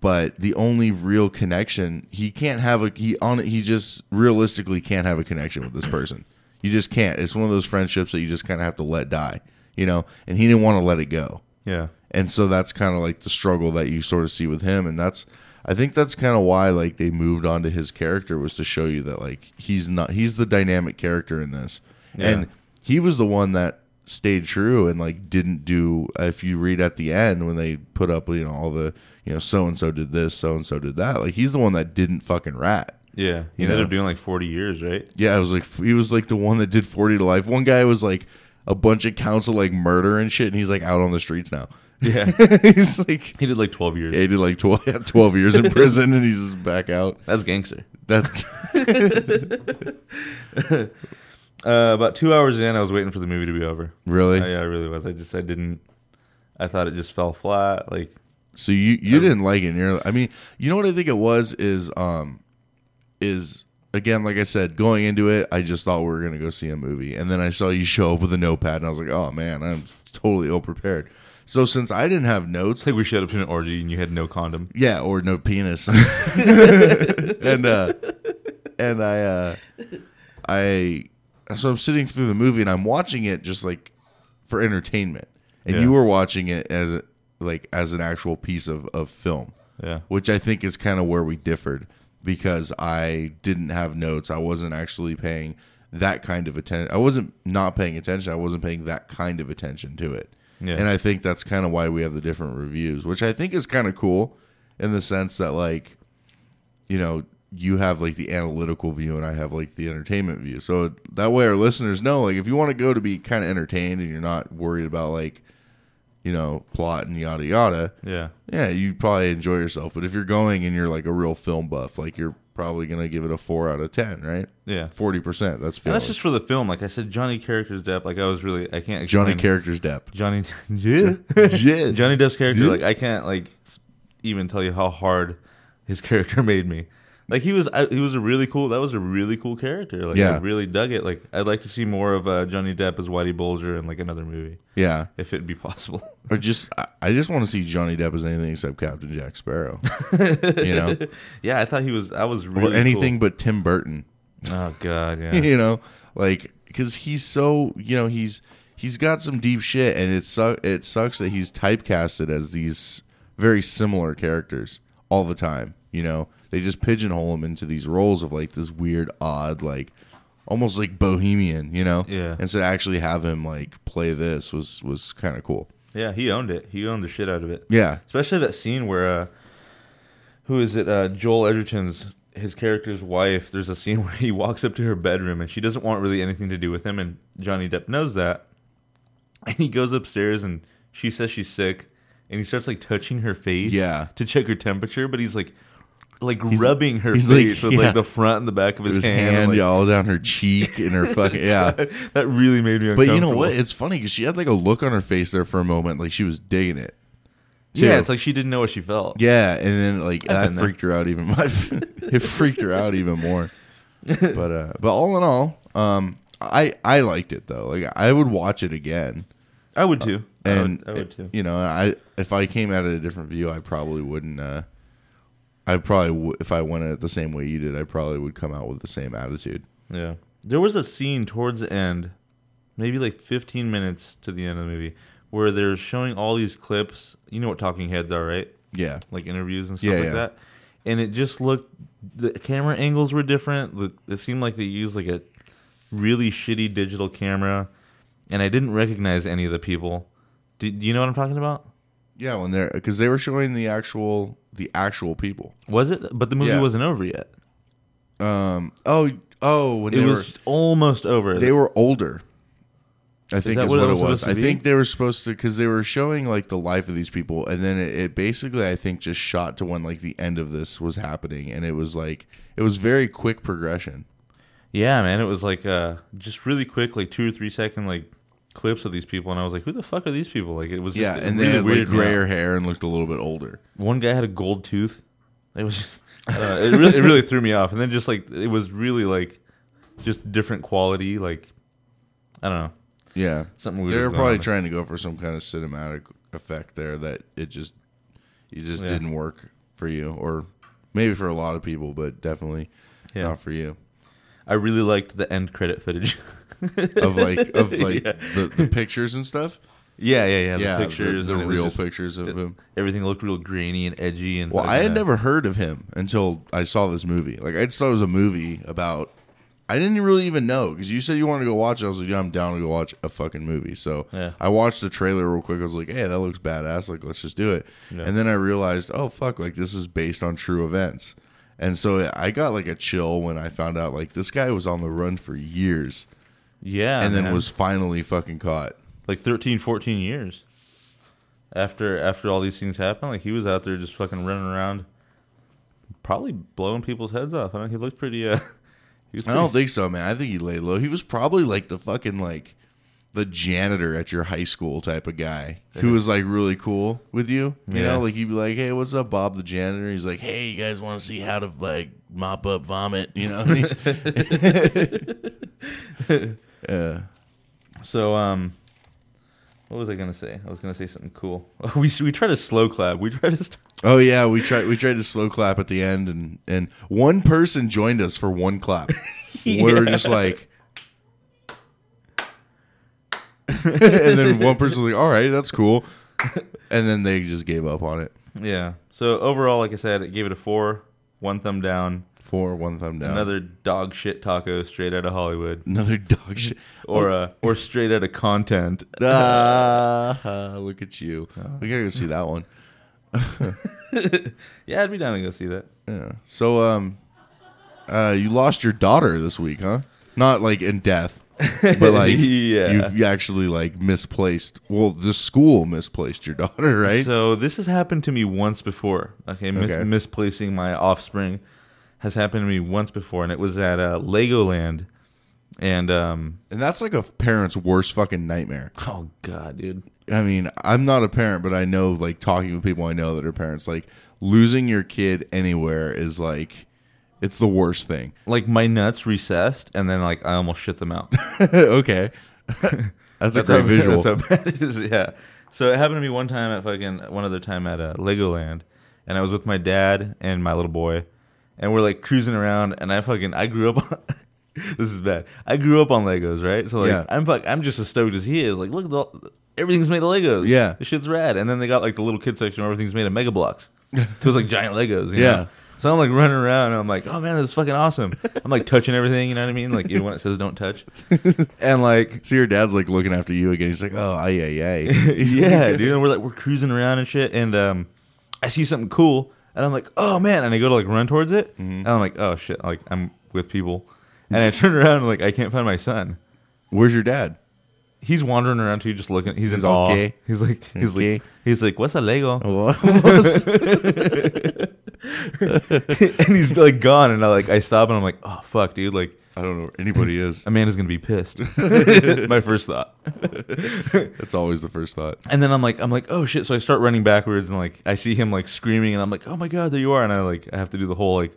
[SPEAKER 5] but the only real connection he can't have a he on he just realistically can't have a connection with this person. You just can't. It's one of those friendships that you just kind of have to let die, you know. And he didn't want to let it go,
[SPEAKER 6] yeah
[SPEAKER 5] and so that's kind of like the struggle that you sort of see with him, and that's I think that's kind of why like they moved on to his character was to show you that like he's not he's the dynamic character in this, and he was the one that stayed true and like didn't do if you read at the end when they put up you know all the you know so and so did this so and so did that like he's the one that didn't fucking rat
[SPEAKER 6] yeah he
[SPEAKER 5] You
[SPEAKER 6] ended
[SPEAKER 5] know?
[SPEAKER 6] up doing like 40 years right
[SPEAKER 5] yeah, it was like he was like the one that did forty to life. One guy was like a bunch of counts of like murder and shit, and he's like out on the streets now.
[SPEAKER 6] yeah
[SPEAKER 5] he's like
[SPEAKER 6] he did like 12 years
[SPEAKER 5] yeah, he did like 12, 12 years in prison, and he's just back out.
[SPEAKER 6] that's gangster
[SPEAKER 5] That's
[SPEAKER 6] uh, about two hours in i was waiting for the movie to be over
[SPEAKER 5] really
[SPEAKER 6] Oh, yeah i really was i just i didn't i thought it just fell flat like
[SPEAKER 5] so. You you didn't like it. and You're, I mean, you know what I think it was is um is again, like I said, going into it, I just thought we were gonna go see a movie, and then I saw you show up with a notepad, and I was like, oh man, I'm totally ill prepared. So since I didn't have notes,
[SPEAKER 6] It's like we showed up to an orgy and you had no condom.
[SPEAKER 5] yeah, or no penis, and uh, and I uh, I so I'm sitting through the movie and I'm watching it just like for entertainment, and
[SPEAKER 6] Yeah.
[SPEAKER 5] you were watching it as a- like as an actual piece of of film
[SPEAKER 6] Yeah.
[SPEAKER 5] which I think is kind of where we differed because I didn't have notes. I wasn't actually paying that kind of attention. I wasn't not paying attention. I wasn't paying that kind of attention to it.
[SPEAKER 6] Yeah.
[SPEAKER 5] And I think that's kind of why we have the different reviews, which I think is kind of cool in the sense that like you know, you have like the analytical view and I have like the entertainment view. So that way our listeners know like if you want to go to be kind of entertained and you're not worried about like you know, plot and yada yada,
[SPEAKER 6] Yeah.
[SPEAKER 5] yeah, you probably enjoy yourself. But if you're going and you're like a real film buff, like you're probably gonna give it a four out of ten, right?
[SPEAKER 6] Yeah.
[SPEAKER 5] Forty percent. That's
[SPEAKER 6] And
[SPEAKER 5] feeling.
[SPEAKER 6] that's just for the film. Like I said, Johnny character's depth. Like I was really, I can't.
[SPEAKER 5] Johnny
[SPEAKER 6] explain-
[SPEAKER 5] characters depth.
[SPEAKER 6] Johnny, yeah.
[SPEAKER 5] Shit.
[SPEAKER 6] Johnny Depp's character.
[SPEAKER 5] Yeah.
[SPEAKER 6] Like I can't like s- even tell you how hard his character made me. Like he was, I, he was a really cool. That was a really cool character. Like I
[SPEAKER 5] Yeah.
[SPEAKER 6] really dug it. Like I'd like to see more of uh, Johnny Depp as Whitey Bulger in like another movie,
[SPEAKER 5] Yeah.
[SPEAKER 6] if it'd be possible.
[SPEAKER 5] Or just I, I just want to see Johnny Depp as anything except Captain Jack Sparrow. you know,
[SPEAKER 6] yeah, I thought he was. I was really
[SPEAKER 5] or
[SPEAKER 6] cool.
[SPEAKER 5] anything but Tim Burton.
[SPEAKER 6] Oh god, yeah.
[SPEAKER 5] you know, like because he's so you know he's he's got some deep shit, and it su- it sucks that he's typecasted as these very similar characters all the time. You know, they just pigeonhole him into these roles of like this weird, odd, like almost like bohemian. You know,
[SPEAKER 6] Yeah.
[SPEAKER 5] And so to actually have him like play this was was kind of cool.
[SPEAKER 6] Yeah, he owned it. He owned the shit out of it.
[SPEAKER 5] Yeah,
[SPEAKER 6] Especially that scene where, uh, who is it? Uh, Joel Edgerton's his character's wife. There's a scene where he walks up to her bedroom and she doesn't want really anything to do with him, and Johnny Depp knows that. And he goes upstairs and she says she's sick, and he starts like touching her face,
[SPEAKER 5] Yeah.
[SPEAKER 6] to check her temperature. But he's like, like rubbing her
[SPEAKER 5] he's like-
[SPEAKER 6] face with
[SPEAKER 5] yeah.
[SPEAKER 6] like the front and the back of his,
[SPEAKER 5] his
[SPEAKER 6] hand.
[SPEAKER 5] hand
[SPEAKER 6] like,
[SPEAKER 5] yeah, all down her cheek and her fucking yeah.
[SPEAKER 6] that really made me.
[SPEAKER 5] But you know
[SPEAKER 6] uncomfortable.
[SPEAKER 5] what? It's funny because she had like a look on her face there for a moment, like she was digging it.
[SPEAKER 6] yeah,
[SPEAKER 5] too.
[SPEAKER 6] it's like she didn't know what she felt.
[SPEAKER 5] Yeah, and then like that
[SPEAKER 6] been there.
[SPEAKER 5] freaked her out even more. it freaked her out even more. But uh but all in all, um I I liked it though. Like I would watch it again.
[SPEAKER 6] I would too.
[SPEAKER 5] And
[SPEAKER 6] I would, I would too.
[SPEAKER 5] You know, I if I came at it a different view, I probably wouldn't uh I probably w- if I went at it the same way you did, I probably would come out with the same attitude.
[SPEAKER 6] Yeah. There was a scene towards the end, maybe like 15 minutes to the end of the movie, where they're showing all these clips. You know what talking heads are, right?
[SPEAKER 5] Yeah.
[SPEAKER 6] Like interviews and stuff
[SPEAKER 5] Yeah,
[SPEAKER 6] like
[SPEAKER 5] yeah.
[SPEAKER 6] that. And it just looked, the camera angles were different. Look, It seemed like they used like a really shitty digital camera. And I didn't recognize any of the people. Do, do you know what I'm talking about?
[SPEAKER 5] Yeah, when they're cuz they were showing the actual the actual people.
[SPEAKER 6] Was it? But the movie
[SPEAKER 5] Yeah.
[SPEAKER 6] wasn't over yet.
[SPEAKER 5] Um oh oh when
[SPEAKER 6] It
[SPEAKER 5] they were
[SPEAKER 6] was almost over.
[SPEAKER 5] They were older. I think
[SPEAKER 6] that
[SPEAKER 5] is
[SPEAKER 6] what
[SPEAKER 5] what,
[SPEAKER 6] it
[SPEAKER 5] it
[SPEAKER 6] was
[SPEAKER 5] was.
[SPEAKER 6] supposed to
[SPEAKER 5] I
[SPEAKER 6] be?
[SPEAKER 5] think they were supposed to because they were showing like the life of these people, and then it, it basically I think just shot to when like the end of this was happening, and it was like it was very quick progression.
[SPEAKER 6] Yeah, man, it was like uh, just really quick, like two or three second like clips of these people, and I was like, "Who the fuck are these people?" Like it was just
[SPEAKER 5] Yeah, and
[SPEAKER 6] really
[SPEAKER 5] they had like
[SPEAKER 6] weird.
[SPEAKER 5] grayer hair and looked a little bit older.
[SPEAKER 6] One guy had a gold tooth. It was just, uh, it really it really threw me off, and then just like it was really like just different quality. Like I don't know,
[SPEAKER 5] Yeah,
[SPEAKER 6] Something weird
[SPEAKER 5] They were
[SPEAKER 6] going
[SPEAKER 5] probably
[SPEAKER 6] on.
[SPEAKER 5] trying to go for some kind of cinematic effect there that it just it just
[SPEAKER 6] Yeah.
[SPEAKER 5] didn't work for you, or maybe for a lot of people, but definitely
[SPEAKER 6] Yeah.
[SPEAKER 5] not for you.
[SPEAKER 6] I really liked the end credit footage.
[SPEAKER 5] Of like of like
[SPEAKER 6] Yeah.
[SPEAKER 5] the, the pictures and stuff.
[SPEAKER 6] yeah, yeah, yeah. The
[SPEAKER 5] yeah, the-
[SPEAKER 6] pictures,
[SPEAKER 5] the,
[SPEAKER 6] and it was
[SPEAKER 5] real
[SPEAKER 6] just-
[SPEAKER 5] pictures of him.
[SPEAKER 6] Everything looked real grainy and edgy, and
[SPEAKER 5] Well, I had
[SPEAKER 6] fucking, uh,
[SPEAKER 5] never heard of him until I saw this movie. Like, I just thought it was a movie about. I didn't really even know because you said you wanted to go watch it. I was like, yeah, I'm down to go watch a fucking movie. So
[SPEAKER 6] Yeah.
[SPEAKER 5] I watched the trailer real quick. I was like, hey, that looks badass. Like, let's just do it.
[SPEAKER 6] Yeah.
[SPEAKER 5] And then I realized, oh, fuck, like, this is based on true events. And so I got like a chill when I found out, like, this guy was on the run for years
[SPEAKER 6] yeah,
[SPEAKER 5] and then
[SPEAKER 6] man.
[SPEAKER 5] was finally fucking caught.
[SPEAKER 6] like 13 14 years after after all these things happened like he was out there just fucking running around probably blowing people's heads off i don't he looked pretty uh he was
[SPEAKER 5] I
[SPEAKER 6] pretty
[SPEAKER 5] don't think so, man. I think he laid low. He was probably like the fucking like the janitor at your high school type of guy who was like really cool with you. You
[SPEAKER 6] Yeah.
[SPEAKER 5] know, like you'd be like, "Hey, what's up, Bob the janitor?" He's like, "Hey, you guys want to see how to like mop up vomit?" You know, He's-
[SPEAKER 6] So um, what was I gonna say? I was gonna say something cool. we we try to slow clap. We try to st-
[SPEAKER 5] Oh yeah, we tried we tried to slow clap at the end and and one person joined us for one clap. We were just like and then one person was like, "All right, that's cool." And then they just gave up on it.
[SPEAKER 6] yeah. So overall, like I said, I gave it a four. One thumb down.
[SPEAKER 5] Four one thumb down.
[SPEAKER 6] Another dog shit taco straight out of Hollywood,
[SPEAKER 5] another dog shit.
[SPEAKER 6] or uh, or straight out of content.
[SPEAKER 5] Ah, look at you.
[SPEAKER 6] Uh-huh.
[SPEAKER 5] We got to go see that one.
[SPEAKER 6] Yeah, I'd be down to go see that.
[SPEAKER 5] Yeah. So um uh you lost your daughter this week, huh? Not like in death, but like
[SPEAKER 6] Yeah.
[SPEAKER 5] you've you actually like misplaced. Well, the school misplaced your daughter, right?
[SPEAKER 6] So this has happened to me once before. Okay, mis-
[SPEAKER 5] Okay.
[SPEAKER 6] misplacing my offspring has happened to me once before, and it was at uh, Legoland. And um,
[SPEAKER 5] and that's like a parent's worst fucking nightmare.
[SPEAKER 6] oh god, dude,
[SPEAKER 5] I mean, I'm not a parent, but I know like talking with people I know that are parents like losing your kid anywhere is like it's the worst thing.
[SPEAKER 6] like my nuts recessed, and then like I almost shit them out.
[SPEAKER 5] okay. that's, a great
[SPEAKER 6] how,
[SPEAKER 5] visual.
[SPEAKER 6] That's how bad it is. Yeah. So it happened to me one time at fucking one other time at uh, Legoland, and I was with my dad and my little boy, and we're like cruising around, and I fucking I grew up. on... this is bad. I grew up on Legos, right? So like
[SPEAKER 5] Yeah.
[SPEAKER 6] I'm fuck I'm just as stoked as he is. Like look, at the, everything's made of Legos.
[SPEAKER 5] Yeah.
[SPEAKER 6] this shit's rad. And then they got like the little kid section where everything's made of Mega Blocks. So it's like giant Legos. you
[SPEAKER 5] Yeah.
[SPEAKER 6] know? So I'm like running around and I'm like, oh man, this is fucking awesome. I'm like touching everything, you know what I mean? Like even when it says don't touch. And like
[SPEAKER 5] so your dad's like looking after you again. He's like, "Oh, ay ay ay."
[SPEAKER 6] yeah, dude. And we're like we're cruising around and shit, and um, I see something cool, and I'm like, oh man, and I go to like run towards it, and I'm like, oh shit, like I'm with people, and I turn around and like I can't find my son.
[SPEAKER 5] Where's your dad?
[SPEAKER 6] He's wandering around too, just looking. He's,
[SPEAKER 5] He's
[SPEAKER 6] in awe.
[SPEAKER 5] okay.
[SPEAKER 6] He's like, he's
[SPEAKER 5] Okay. Oh.
[SPEAKER 6] like, he's like, what's a Lego? and he's like gone, and I like I stop and I'm like, oh fuck, dude, like
[SPEAKER 5] I don't know where anybody is.
[SPEAKER 6] Amanda's gonna be pissed. my first thought.
[SPEAKER 5] That's always the first thought.
[SPEAKER 6] And then I'm like, I'm like, oh shit! So I start running backwards, and like I see him like screaming, and I'm like, oh my god, there you are! And I like I have to do the whole like,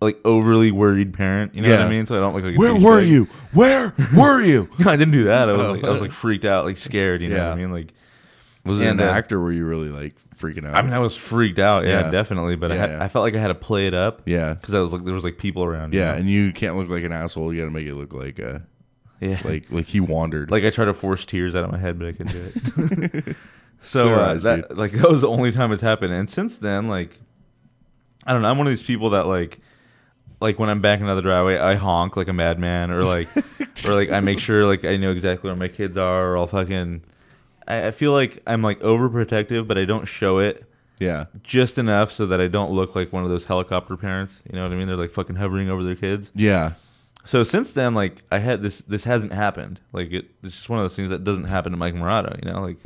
[SPEAKER 6] like overly worried parent, you know what
[SPEAKER 5] Yeah.
[SPEAKER 6] I mean? So I don't look like a
[SPEAKER 5] Where
[SPEAKER 6] douchebag.
[SPEAKER 5] were you? Where were you?
[SPEAKER 6] No, I didn't do that. I was
[SPEAKER 5] Oh.
[SPEAKER 6] like, I was like freaked out, like scared, you know
[SPEAKER 5] Yeah.
[SPEAKER 6] what I mean? Like,
[SPEAKER 5] Was it
[SPEAKER 6] And,
[SPEAKER 5] an
[SPEAKER 6] uh,
[SPEAKER 5] actor? Were you really like freaking out?
[SPEAKER 6] I mean, I was freaked out, yeah,
[SPEAKER 5] Yeah.
[SPEAKER 6] definitely. But I
[SPEAKER 5] Yeah,
[SPEAKER 6] had,
[SPEAKER 5] yeah.
[SPEAKER 6] I felt like I had to play it up,
[SPEAKER 5] yeah,
[SPEAKER 6] because I was like, there was like people around, you
[SPEAKER 5] yeah.
[SPEAKER 6] know?
[SPEAKER 5] And you can't look like an asshole. You got to make it look like uh,
[SPEAKER 6] yeah, like
[SPEAKER 5] like like he wandered.
[SPEAKER 6] like I tried to force tears out of my head, but I couldn't do it. so
[SPEAKER 5] Clear
[SPEAKER 6] uh,
[SPEAKER 5] eyes,
[SPEAKER 6] that like that was the only time it's happened, and since then, like I don't know, I'm one of these people that like like when I'm backing out of the driveway, I honk like a madman, or like or like I make sure like I know exactly where my kids are, or I'll fucking. I, I feel like I'm like overprotective, but I don't show it
[SPEAKER 5] yeah,
[SPEAKER 6] just enough so that I don't look like one of those helicopter parents. You know what I mean? They're like fucking hovering over their kids
[SPEAKER 5] yeah.
[SPEAKER 6] so since then, like I had this, this hasn't happened. Like it, it's just one of those things that doesn't happen to Mike Morado. You know, like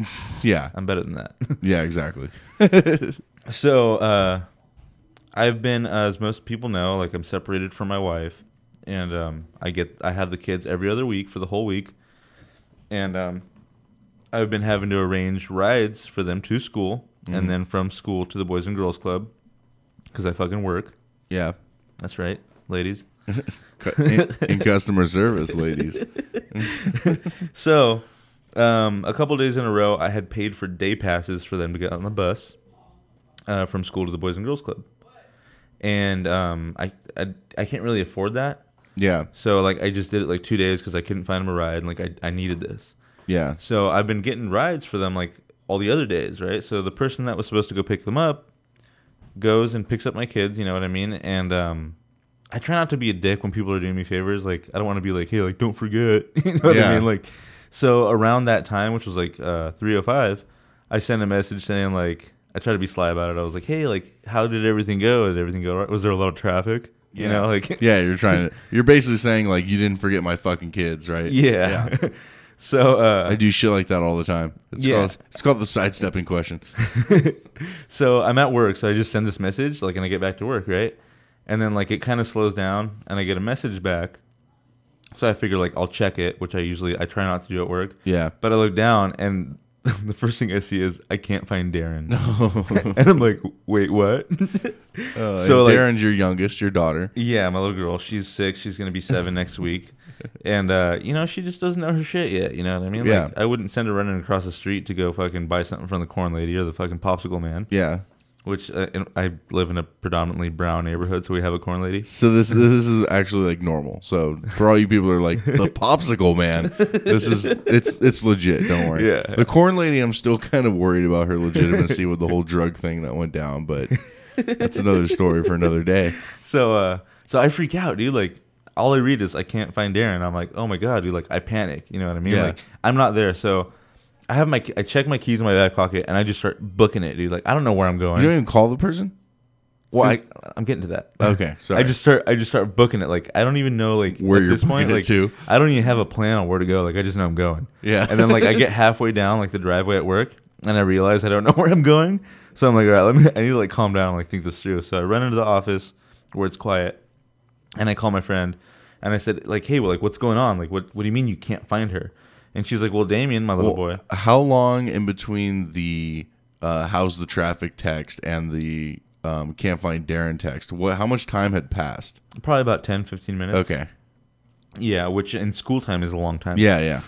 [SPEAKER 5] Yeah,
[SPEAKER 6] I'm better than that.
[SPEAKER 5] yeah, exactly.
[SPEAKER 6] so uh, I've been, as most people know, like I'm separated from my wife, and um, I get I have the kids every other week for the whole week, and um, I've been having to arrange rides for them to school and then from school to the Boys and Girls Club because I fucking work.
[SPEAKER 5] Yeah,
[SPEAKER 6] That's right, ladies.
[SPEAKER 5] Cu- in, in customer service, ladies.
[SPEAKER 6] So, um, a couple days in a row, I had paid for day passes for them to get on the bus uh, from school to the Boys and Girls Club, and um, I, I I can't really afford that.
[SPEAKER 5] Yeah,
[SPEAKER 6] So like I just did it like two days because I couldn't find them a ride, and like I I needed this.
[SPEAKER 5] yeah,
[SPEAKER 6] So I've been getting rides for them like all the other days, right? So the person that was supposed to go pick them up goes and picks up my kids, you know what I mean? And um I try not to be a dick when people are doing me favors. Like I don't want to be like, "Hey, like don't forget." you know what
[SPEAKER 5] Yeah.
[SPEAKER 6] I mean? Like so around that time, which was like uh 305, I sent a message saying like I tried to be sly about it. I was like, "Hey, like how did everything go? Did everything go right? Was there a lot of traffic?" You
[SPEAKER 5] Yeah.
[SPEAKER 6] know, like
[SPEAKER 5] yeah. You're trying to. You're basically saying like you didn't forget my fucking kids, right?
[SPEAKER 6] yeah. so uh
[SPEAKER 5] I do shit like that all the time. It's
[SPEAKER 6] Yeah.
[SPEAKER 5] called it's called the sidestepping question.
[SPEAKER 6] so I'm at work, so I just send this message, like, and I get back to work, right? And then like it kind of slows down, and I get a message back So I figure like I'll check it, which I usually I try not to do at work.
[SPEAKER 5] Yeah.
[SPEAKER 6] But I look down and the first thing I see is I can't find Darren. and I'm like, wait, what?
[SPEAKER 5] Uh,
[SPEAKER 6] So,
[SPEAKER 5] and
[SPEAKER 6] like-
[SPEAKER 5] Darren's your youngest, your daughter.
[SPEAKER 6] yeah, my little girl, she's six. She's gonna be seven next week, and uh, you know she just doesn't know her shit yet. You know what I mean?
[SPEAKER 5] Yeah.
[SPEAKER 6] Like, I wouldn't send her running across the street to go fucking buy something from the corn lady or the fucking popsicle man.
[SPEAKER 5] Yeah.
[SPEAKER 6] Which uh, and I live in a predominantly brown neighborhood, so we have a corn lady.
[SPEAKER 5] So this this is actually like normal. So for all you people who are like the popsicle man, this is it's it's legit. Don't worry.
[SPEAKER 6] Yeah.
[SPEAKER 5] The corn lady, I'm still kind of worried about her legitimacy with the whole drug thing that went down, but that's another story for another day.
[SPEAKER 6] So uh so I freak out, dude. Like all I read is I can't find Darren. I'm like, oh my god, dude. Like I panic. You know what I mean?
[SPEAKER 5] Yeah.
[SPEAKER 6] Like I'm not there. So I have my I check my keys in my back pocket and I just start booking it, dude. Like I don't know where I'm
[SPEAKER 5] You don't
[SPEAKER 6] going.
[SPEAKER 5] even call the person.
[SPEAKER 6] Well, I, I'm getting to that.
[SPEAKER 5] Okay, sorry.
[SPEAKER 6] I just start I just start booking it. Like I don't even know like
[SPEAKER 5] Where
[SPEAKER 6] at
[SPEAKER 5] you're
[SPEAKER 6] this point.
[SPEAKER 5] booking it
[SPEAKER 6] Like
[SPEAKER 5] to.
[SPEAKER 6] I don't even have a plan on where to go. Like I just know I'm going.
[SPEAKER 5] Yeah.
[SPEAKER 6] And then like I get halfway down like the driveway at work and I realize I don't know where I'm going. So I'm like, all right, let me I need to like calm down and like think this through. So I run into the office where it's quiet and I call my friend and I said, like, hey, well, like what's going on? Like what what do you mean you can't find her? And she's like, Well, Damien, my little
[SPEAKER 5] Well,
[SPEAKER 6] Oh, boy.
[SPEAKER 5] How long in between the uh, "How's the traffic?" text and the um, "Can't find Darren" text? What? How much time had passed?
[SPEAKER 6] Probably about 10, 15 minutes.
[SPEAKER 5] Okay.
[SPEAKER 6] Yeah, which in school time is a long time.
[SPEAKER 5] Yeah, yeah.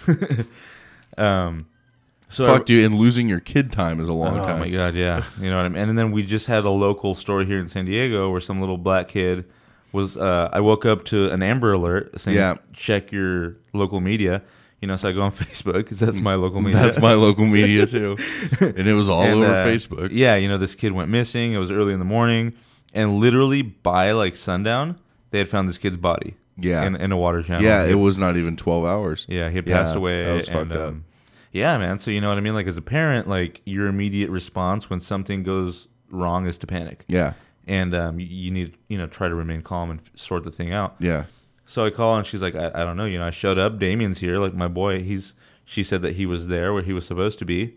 [SPEAKER 6] So I-
[SPEAKER 5] Fuck, dude. And losing your kid time is a long
[SPEAKER 6] Oh
[SPEAKER 5] time.
[SPEAKER 6] my god, yeah. You know what I mean? And then we just had a local story here in San Diego where some little black kid was uh, I woke up to an amber alert saying
[SPEAKER 5] Yeah.
[SPEAKER 6] check your local media. You know, so I go on Facebook because that's my local media.
[SPEAKER 5] That's my local media too, and it was all
[SPEAKER 6] And,
[SPEAKER 5] over
[SPEAKER 6] uh,
[SPEAKER 5] Facebook.
[SPEAKER 6] Yeah, you know, this kid went missing. It was early in the morning, and literally by like sundown, they had found this kid's body.
[SPEAKER 5] Yeah.
[SPEAKER 6] in, in a water channel.
[SPEAKER 5] Yeah, it was not even twelve hours.
[SPEAKER 6] Yeah, he had
[SPEAKER 5] Yeah,
[SPEAKER 6] passed away.
[SPEAKER 5] that was
[SPEAKER 6] and,
[SPEAKER 5] fucked up.
[SPEAKER 6] um, Yeah, man. So you know what I mean? Like as a parent, like your immediate response when something goes wrong is to panic.
[SPEAKER 5] yeah,
[SPEAKER 6] And um, you, you need you know try to remain calm and f- sort the thing out.
[SPEAKER 5] yeah.
[SPEAKER 6] So I call and she's like, I, I don't know. You know, I showed up. Damien's here. Like my boy. He's. She said that he was there where he was supposed to be,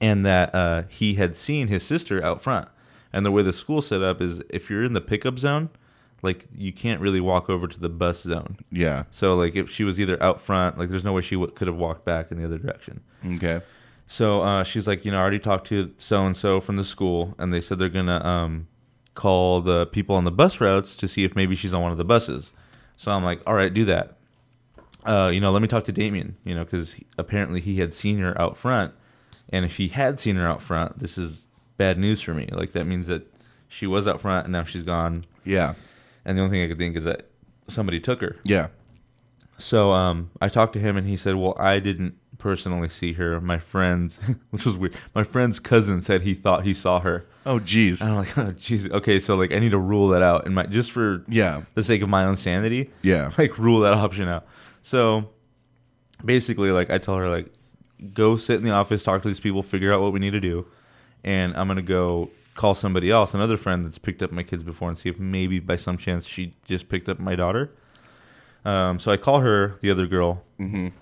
[SPEAKER 6] and that uh, he had seen his sister out front. And the way the school set up is, if you're in the pickup zone, like you can't really walk over to the bus zone.
[SPEAKER 5] yeah.
[SPEAKER 6] So like if she was either out front, like there's no way she w- could have walked back in the other direction.
[SPEAKER 5] Okay.
[SPEAKER 6] So uh, she's like, you know, I already talked to so and so from the school, and they said they're gonna um, call the people on the bus routes to see if maybe she's on one of the buses. So I'm like, all right, do that. Uh, you know, let me talk to Damien. You know, because apparently he had seen her out front, and if he had seen her out front, this is bad news for me. Like that means that she was out front and now she's gone.
[SPEAKER 5] Yeah,
[SPEAKER 6] And the only thing I could think is that somebody took her.
[SPEAKER 5] yeah,
[SPEAKER 6] So um, I talked to him, and he said, "Well, I didn't personally see her. My friends, which was weird. My friend's cousin said he thought he saw her."
[SPEAKER 5] Oh, jeez.
[SPEAKER 6] And I'm like, "Oh, jeez. Okay, so like, I need to rule that out, and my just for
[SPEAKER 5] Yeah.
[SPEAKER 6] the sake of my own sanity,
[SPEAKER 5] Yeah.
[SPEAKER 6] like rule that option out." So basically, like, I tell her like, "Go sit in the office, talk to these people, figure out what we need to do, and I'm gonna go." Call somebody else, another friend that's picked up my kids before, and see if maybe by some chance she just picked up my daughter. Um, so I call her, the other girl, and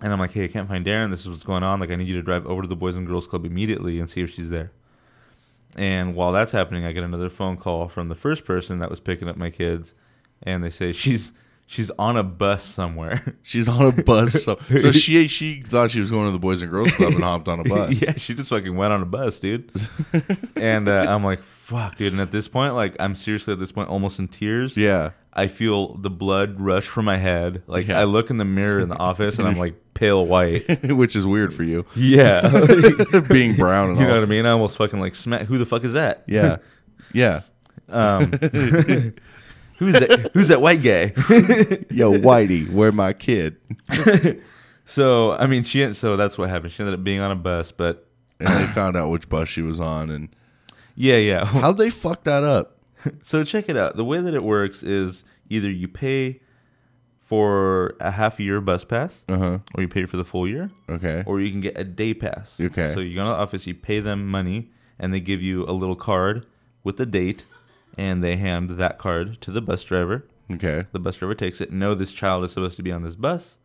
[SPEAKER 6] I'm like, hey, I can't find Darren. This is what's going on. Like, I need you to drive over to the Boys and Girls Club immediately and see if she's there. And while that's happening, I get another phone call from the first person that was picking up my kids, and they say she's she's on a bus somewhere.
[SPEAKER 5] She's on a bus. So, so she she thought she was going to the Boys and Girls Club and hopped on a bus.
[SPEAKER 6] yeah, she just fucking went on a bus, dude. and uh, I'm like, fuck, dude. And at this point, like, I'm seriously at this point almost in tears.
[SPEAKER 5] yeah.
[SPEAKER 6] I feel the blood rush from my head. Like,
[SPEAKER 5] Yeah.
[SPEAKER 6] I look in the mirror in the office, and I'm like pale white.
[SPEAKER 5] Which is weird for you,
[SPEAKER 6] Yeah.
[SPEAKER 5] being brown and
[SPEAKER 6] You
[SPEAKER 5] all.
[SPEAKER 6] know what I mean? I almost fucking like smack. Who the fuck is that?
[SPEAKER 5] Yeah, yeah.
[SPEAKER 6] Who's that? Who's that white guy?
[SPEAKER 5] Yo, Whitey, where my kid?
[SPEAKER 6] so I mean, she. So that's what happened. She ended up being on a bus, but
[SPEAKER 5] And they found out which bus she was on, and
[SPEAKER 6] yeah, yeah.
[SPEAKER 5] how'd they fuck that up?
[SPEAKER 6] So check it out. The way that it works is either you pay for a half year bus pass,
[SPEAKER 5] Uh-huh.
[SPEAKER 6] or you pay for the full year,
[SPEAKER 5] Okay.
[SPEAKER 6] or you can get a day pass.
[SPEAKER 5] Okay.
[SPEAKER 6] So you go to the office, you pay them money, and they give you a little card with a date, and they hand that card to the bus driver.
[SPEAKER 5] Okay.
[SPEAKER 6] The bus driver takes it. No, this child is supposed to be on this bus,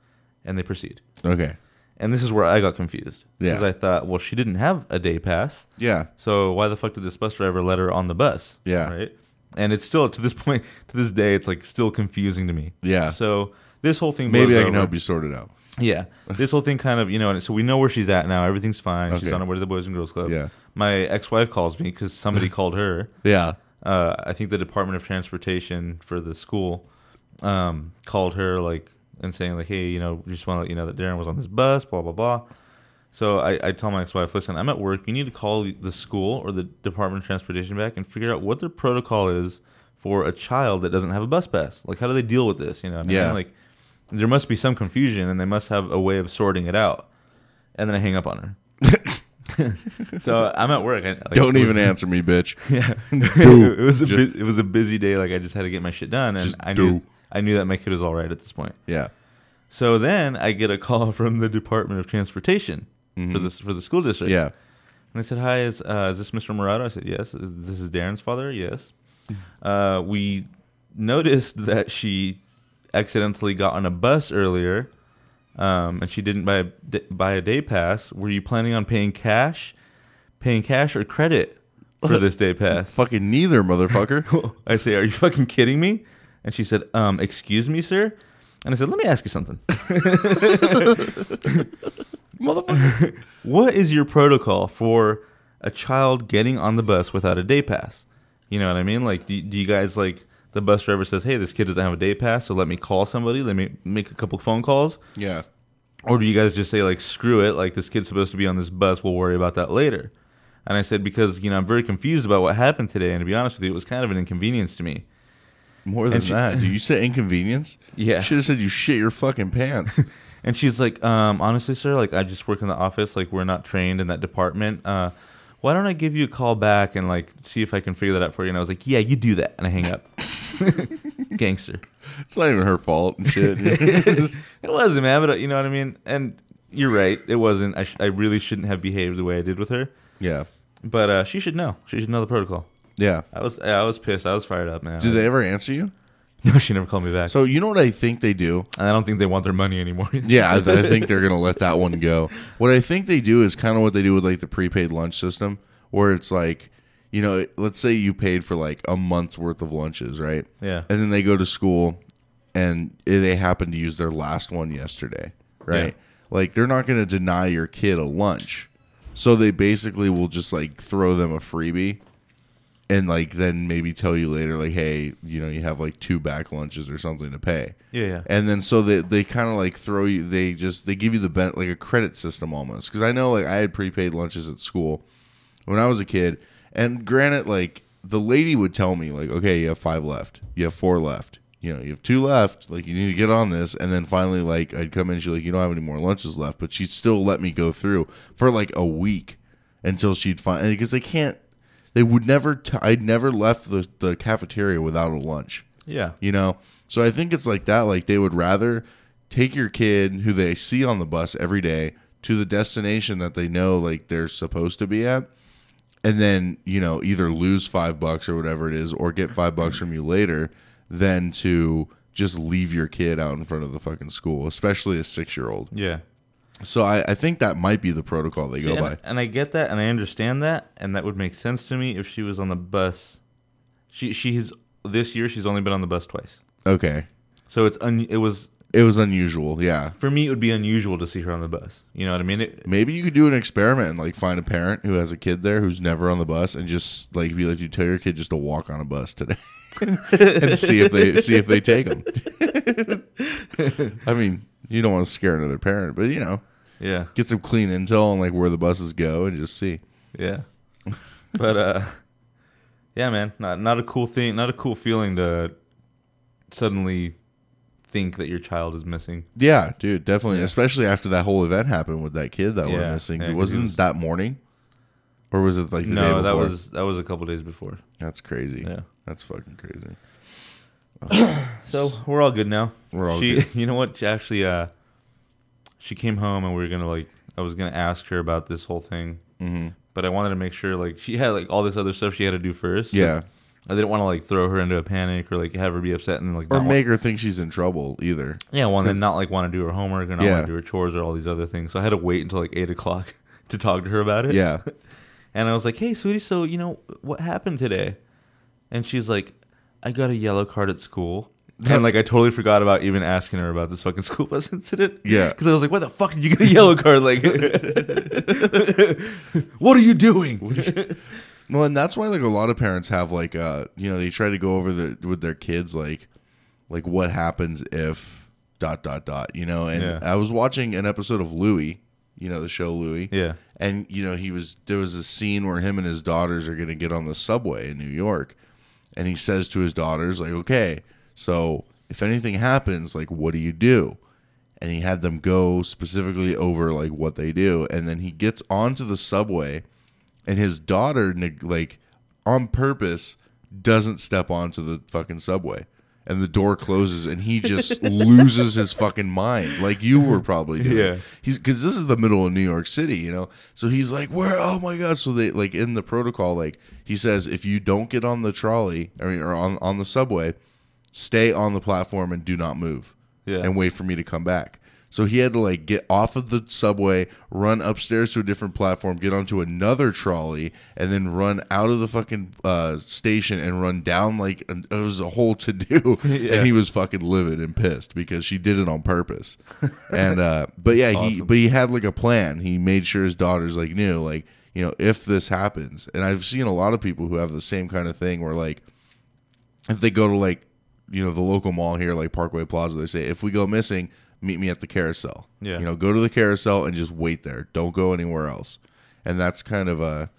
[SPEAKER 6] and they proceed.
[SPEAKER 5] Okay.
[SPEAKER 6] And this is where I got confused because
[SPEAKER 5] Yeah.
[SPEAKER 6] I thought, well, she didn't have a day pass,
[SPEAKER 5] Yeah.
[SPEAKER 6] so why the fuck did this bus driver let her on the bus?
[SPEAKER 5] Yeah.
[SPEAKER 6] right. And it's still to this point, to this day, it's like still confusing to me.
[SPEAKER 5] Yeah.
[SPEAKER 6] So this whole thing.
[SPEAKER 5] Maybe
[SPEAKER 6] blows
[SPEAKER 5] I can
[SPEAKER 6] over.
[SPEAKER 5] help you sort it out.
[SPEAKER 6] Yeah, this whole thing kind of you know, and so we know where she's at now. Everything's fine. She's
[SPEAKER 5] Okay.
[SPEAKER 6] on her way to the Boys and Girls Club.
[SPEAKER 5] Yeah.
[SPEAKER 6] my ex-wife calls me because somebody called her.
[SPEAKER 5] Yeah.
[SPEAKER 6] Uh, I think the Department of Transportation for the school um, called her like and saying like, hey, you know, we just want to let you know that Darren was on this bus, blah blah blah. So I, I tell my ex-wife, listen, I'm at work. You need to call the school or the Department of Transportation back and figure out what their protocol is for a child that doesn't have a bus pass. Like, how do they deal with this? You know, what I mean?
[SPEAKER 5] Yeah.
[SPEAKER 6] Like, there must be some confusion, and they must have a way of sorting it out. And then I hang up on her. so I'm at work. I, like,
[SPEAKER 5] Don't
[SPEAKER 6] it was-
[SPEAKER 5] even answer me, bitch.
[SPEAKER 6] Yeah,
[SPEAKER 5] Do.
[SPEAKER 6] it was a
[SPEAKER 5] Ju-
[SPEAKER 6] bu- it was a busy day. Like I just had to get my shit done, and
[SPEAKER 5] Just
[SPEAKER 6] I
[SPEAKER 5] do.
[SPEAKER 6] knew I knew that my kid was all right at this point.
[SPEAKER 5] Yeah.
[SPEAKER 6] So then I get a call from the Department of Transportation for this for the school district.
[SPEAKER 5] Mm-hmm. Yeah.
[SPEAKER 6] And they said, "Hi, is, uh, is this Mr. Morado?" I said, "Yes." This is Darren's father. Yes.
[SPEAKER 5] Mm-hmm.
[SPEAKER 6] Uh, we noticed that she accidentally got on a bus earlier, um, and she didn't buy a, buy a day pass. Were you planning on paying cash, paying cash or credit for this day pass?
[SPEAKER 5] Fucking neither, motherfucker.
[SPEAKER 6] I say, "Are you fucking kidding me?" And she said, "Um, excuse me, sir." And I said, "Let me ask you something.
[SPEAKER 5] motherfucker.
[SPEAKER 6] what is your protocol for a child getting on the bus without a day pass? You know what I mean? Like, do, do you guys like the bus driver says, "Hey, this kid doesn't have a day pass, so let me call somebody, let me make a couple phone calls,"
[SPEAKER 5] Yeah.
[SPEAKER 6] or do you guys just say like, "Screw it, like this kid's supposed to be on this bus, we'll worry about that later"? And I said because you know I'm very confused about what happened today, and to be honest with you, it was kind of an inconvenience to me.
[SPEAKER 5] More than
[SPEAKER 6] she-
[SPEAKER 5] that, do you say inconvenience?
[SPEAKER 6] Yeah.
[SPEAKER 5] Should have said you shit your fucking pants.
[SPEAKER 6] And she's like, um, honestly, sir, like I just work in the office, like we're not trained in that department. Uh, why don't I give you a call back and like see if I can figure that out for you? And I was like, yeah, you do that, and I hang up. Gangster.
[SPEAKER 5] it's not even her fault and shit.
[SPEAKER 6] It wasn't, man, but uh, you know what I mean. And you're right, it wasn't. I, sh- I really shouldn't have behaved the way I did with her.
[SPEAKER 5] yeah.
[SPEAKER 6] But uh, she should know. She should know the protocol.
[SPEAKER 5] Yeah.
[SPEAKER 6] I was I was pissed. I was fired up, man.
[SPEAKER 5] Do they ever answer you?
[SPEAKER 6] No, she never called me back.
[SPEAKER 5] So you know what I think they do?
[SPEAKER 6] and I don't think they want their money anymore.
[SPEAKER 5] Yeah, I, I think they're gonna let that one go. What I think they do is kind of what they do with like the prepaid lunch system, where it's like, you know, let's say you paid for like a month's worth of lunches, right?
[SPEAKER 6] Yeah.
[SPEAKER 5] And then they go to school, and they happen to use their last one yesterday, right? Like they're not gonna deny your kid a lunch, so they basically will just like throw them a freebie. And like then maybe tell you later, like, hey, you know, you have like two back lunches or something to pay
[SPEAKER 6] Yeah, yeah.
[SPEAKER 5] and then so they they kind of like throw you they just they give you the ben- like a credit system almost because i know like i had prepaid lunches at school when i was a kid and granted like the lady would tell me like okay you have five left you have four left you know you have two left like you need to get on this and then finally like i'd come in she's like you don't have any more lunches left but she'd still let me go through for like a week until she'd find because they can't they would never t- i'd never left the, the cafeteria without a lunch
[SPEAKER 6] yeah.
[SPEAKER 5] you know so i think it's like that like they would rather take your kid who they see on the bus every day to the destination that they know like they're supposed to be at and then you know either lose five bucks or whatever it is or get five bucks from you later than to just leave your kid out in front of the fucking school especially a six year old
[SPEAKER 6] Yeah.
[SPEAKER 5] so I, I think that might be the protocol they
[SPEAKER 6] See,
[SPEAKER 5] go
[SPEAKER 6] and,
[SPEAKER 5] by
[SPEAKER 6] and I get that, and I understand that, and that would make sense to me if she was on the bus. She she's this year she's only been on the bus twice,
[SPEAKER 5] okay
[SPEAKER 6] so it's un, it was
[SPEAKER 5] it was unusual yeah
[SPEAKER 6] for me it would be unusual to see her on the bus. You know what I mean? It,
[SPEAKER 5] Maybe you could do an experiment and like find a parent who has a kid there who's never on the bus and just like be like, you tell your kid just to walk on a bus today and see if they see if they take them. I mean, you don't want to scare another parent, but you know,
[SPEAKER 6] yeah,
[SPEAKER 5] get some clean intel on like where the buses go and just see.
[SPEAKER 6] yeah. but uh, yeah, man, not not a cool thing, not a cool feeling to suddenly think that your child is missing.
[SPEAKER 5] Yeah, dude, definitely.
[SPEAKER 6] Yeah.
[SPEAKER 5] Especially after that whole event happened with that kid that
[SPEAKER 6] Yeah,
[SPEAKER 5] went missing.
[SPEAKER 6] yeah, 'cause
[SPEAKER 5] Wasn't
[SPEAKER 6] he was-
[SPEAKER 5] that morning? Or was it like the day
[SPEAKER 6] no,
[SPEAKER 5] before?
[SPEAKER 6] that was that was a couple days before.
[SPEAKER 5] that's crazy.
[SPEAKER 6] Yeah.
[SPEAKER 5] That's fucking crazy.
[SPEAKER 6] So we're all good now.
[SPEAKER 5] We're all
[SPEAKER 6] she,
[SPEAKER 5] good.
[SPEAKER 6] You know what? She actually, uh, she came home and we were gonna like, I was gonna ask her about this whole thing, mm-hmm. but I wanted to make sure like she had like all this other stuff she had to do first.
[SPEAKER 5] Yeah.
[SPEAKER 6] I didn't want to like throw her into a panic or like have her be upset and like
[SPEAKER 5] Or
[SPEAKER 6] not
[SPEAKER 5] make her think she's in trouble either.
[SPEAKER 6] want, yeah, want to not like want to do her homework or not
[SPEAKER 5] Yeah.
[SPEAKER 6] want to do her chores or all these other things. So I had to wait until like eight o'clock to talk to her about it.
[SPEAKER 5] Yeah.
[SPEAKER 6] And I was like, "Hey, sweetie, so you know what happened today?" And she's like, "I got a yellow card at school, And like I totally forgot about even asking her about this fucking school bus incident.
[SPEAKER 5] Yeah.
[SPEAKER 6] because I was like, "Why the fuck did you get a yellow card? Like, what are you doing?"
[SPEAKER 5] Well, and that's why like a lot of parents have like uh you know they try to go over the with their kids like like what happens if dot dot dot you know and
[SPEAKER 6] Yeah.
[SPEAKER 5] I was watching an episode of Louie you know the show Louie
[SPEAKER 6] yeah,
[SPEAKER 5] and you know he was there was a scene where him and his daughters are going to get on the subway in New York and he says to his daughters like okay so if anything happens like what do you do and he had them go specifically over like what they do and then he gets onto the subway and his daughter neg- like on purpose doesn't step onto the fucking subway and the door closes and he just loses his fucking mind like you were probably doing
[SPEAKER 6] Yeah.
[SPEAKER 5] he's because this is the middle of new york city you know so he's like where oh my god so they like in the protocol like he says if you don't get on the trolley I mean, or on, on the subway stay on the platform and do not move
[SPEAKER 6] Yeah.
[SPEAKER 5] and wait for me to come back so he had to like get off of the subway run upstairs to a different platform get onto another trolley and then run out of the fucking uh, station and run down like an, it was a whole to do
[SPEAKER 6] Yeah.
[SPEAKER 5] and he was fucking livid and pissed because she did it on purpose and uh but yeah he but he had like a plan he made sure his daughters like knew like you know if this happens and i've seen a lot of people who have the same kind of thing where like if they go to like you know the local mall here like parkway plaza they say if we go missing meet me at the carousel
[SPEAKER 6] Yeah.
[SPEAKER 5] you know go to the carousel and just wait there don't go anywhere else and that's kind of a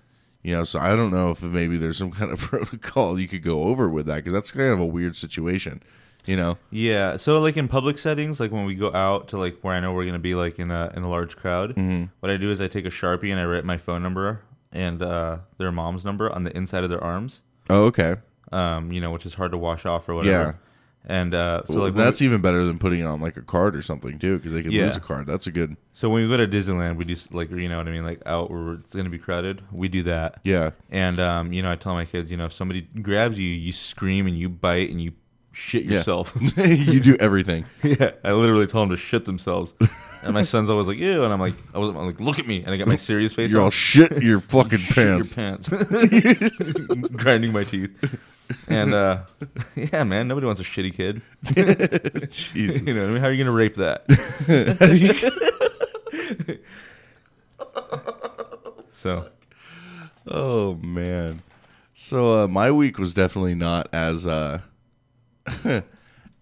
[SPEAKER 5] you know so i don't know if maybe there's some kind of protocol you could go over with that because that's kind of a weird situation you know
[SPEAKER 6] yeah. So like in public settings, like when we go out to like where I know we're gonna be like in a in a large crowd, what I do is I take a sharpie and I write my phone number and uh, their mom's number on the inside of their arms.
[SPEAKER 5] oh okay
[SPEAKER 6] um, you know, which is hard to wash off or whatever. Yeah. And uh, so like when
[SPEAKER 5] that's
[SPEAKER 6] we,
[SPEAKER 5] even better than putting it on like a card or something too because they could
[SPEAKER 6] Yeah.
[SPEAKER 5] lose a card that's a good
[SPEAKER 6] so when we go to Disneyland, we do s- like you know what I mean, like out where it's gonna be crowded, we do that.
[SPEAKER 5] yeah
[SPEAKER 6] And um, you know, I tell my kids, you know, if somebody grabs you, you scream and you bite and you shit
[SPEAKER 5] Yeah.
[SPEAKER 6] yourself.
[SPEAKER 5] you do everything
[SPEAKER 6] Yeah, I literally tell them to shit themselves. and my son's always like, "Ew," and I'm like, I was I'm like, "Look at me," and I got my serious face.
[SPEAKER 5] you're all
[SPEAKER 6] on.
[SPEAKER 5] shit your fucking pants
[SPEAKER 6] Your pants. Grinding my teeth. And uh, yeah, man, nobody wants a shitty kid.
[SPEAKER 5] Jesus.
[SPEAKER 6] You know, what I mean? how are you gonna rape that? so
[SPEAKER 5] Oh man. So uh, my week was definitely not as uh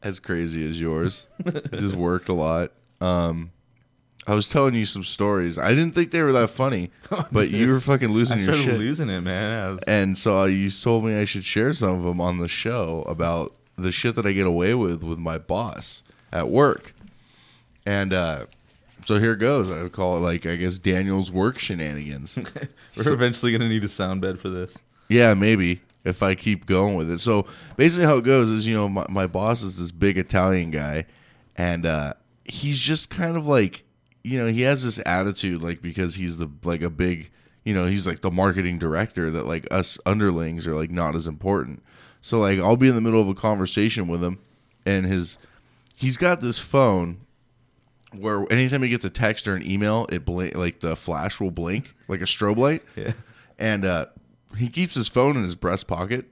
[SPEAKER 5] as crazy as yours. Just worked a lot. Um I was telling you some stories. I didn't think they were that funny, but you were fucking losing
[SPEAKER 6] Oh, I
[SPEAKER 5] your
[SPEAKER 6] started
[SPEAKER 5] shit.
[SPEAKER 6] losing it, man. I was,
[SPEAKER 5] and so uh, you told me I should share some of them on the show about the shit that I get away with with my boss at work. And uh so here goes. I would call it like I guess Daniel's work shenanigans.
[SPEAKER 6] we're eventually gonna need a sound bed for this.
[SPEAKER 5] Yeah, maybe if I keep going with it. So basically, how it goes is, you know, my, my boss is this big Italian guy, and uh, he's just kind of like, you know, he has this attitude like because he's the like a big, you know, he's like the marketing director that like us underlings are like not as important. So like I'll be in the middle of a conversation with him, and his he's got this phone where anytime he gets a text or an email, it blink like the flash will blink like a strobe light
[SPEAKER 6] Yeah,
[SPEAKER 5] and uh, he keeps his phone in his breast pocket.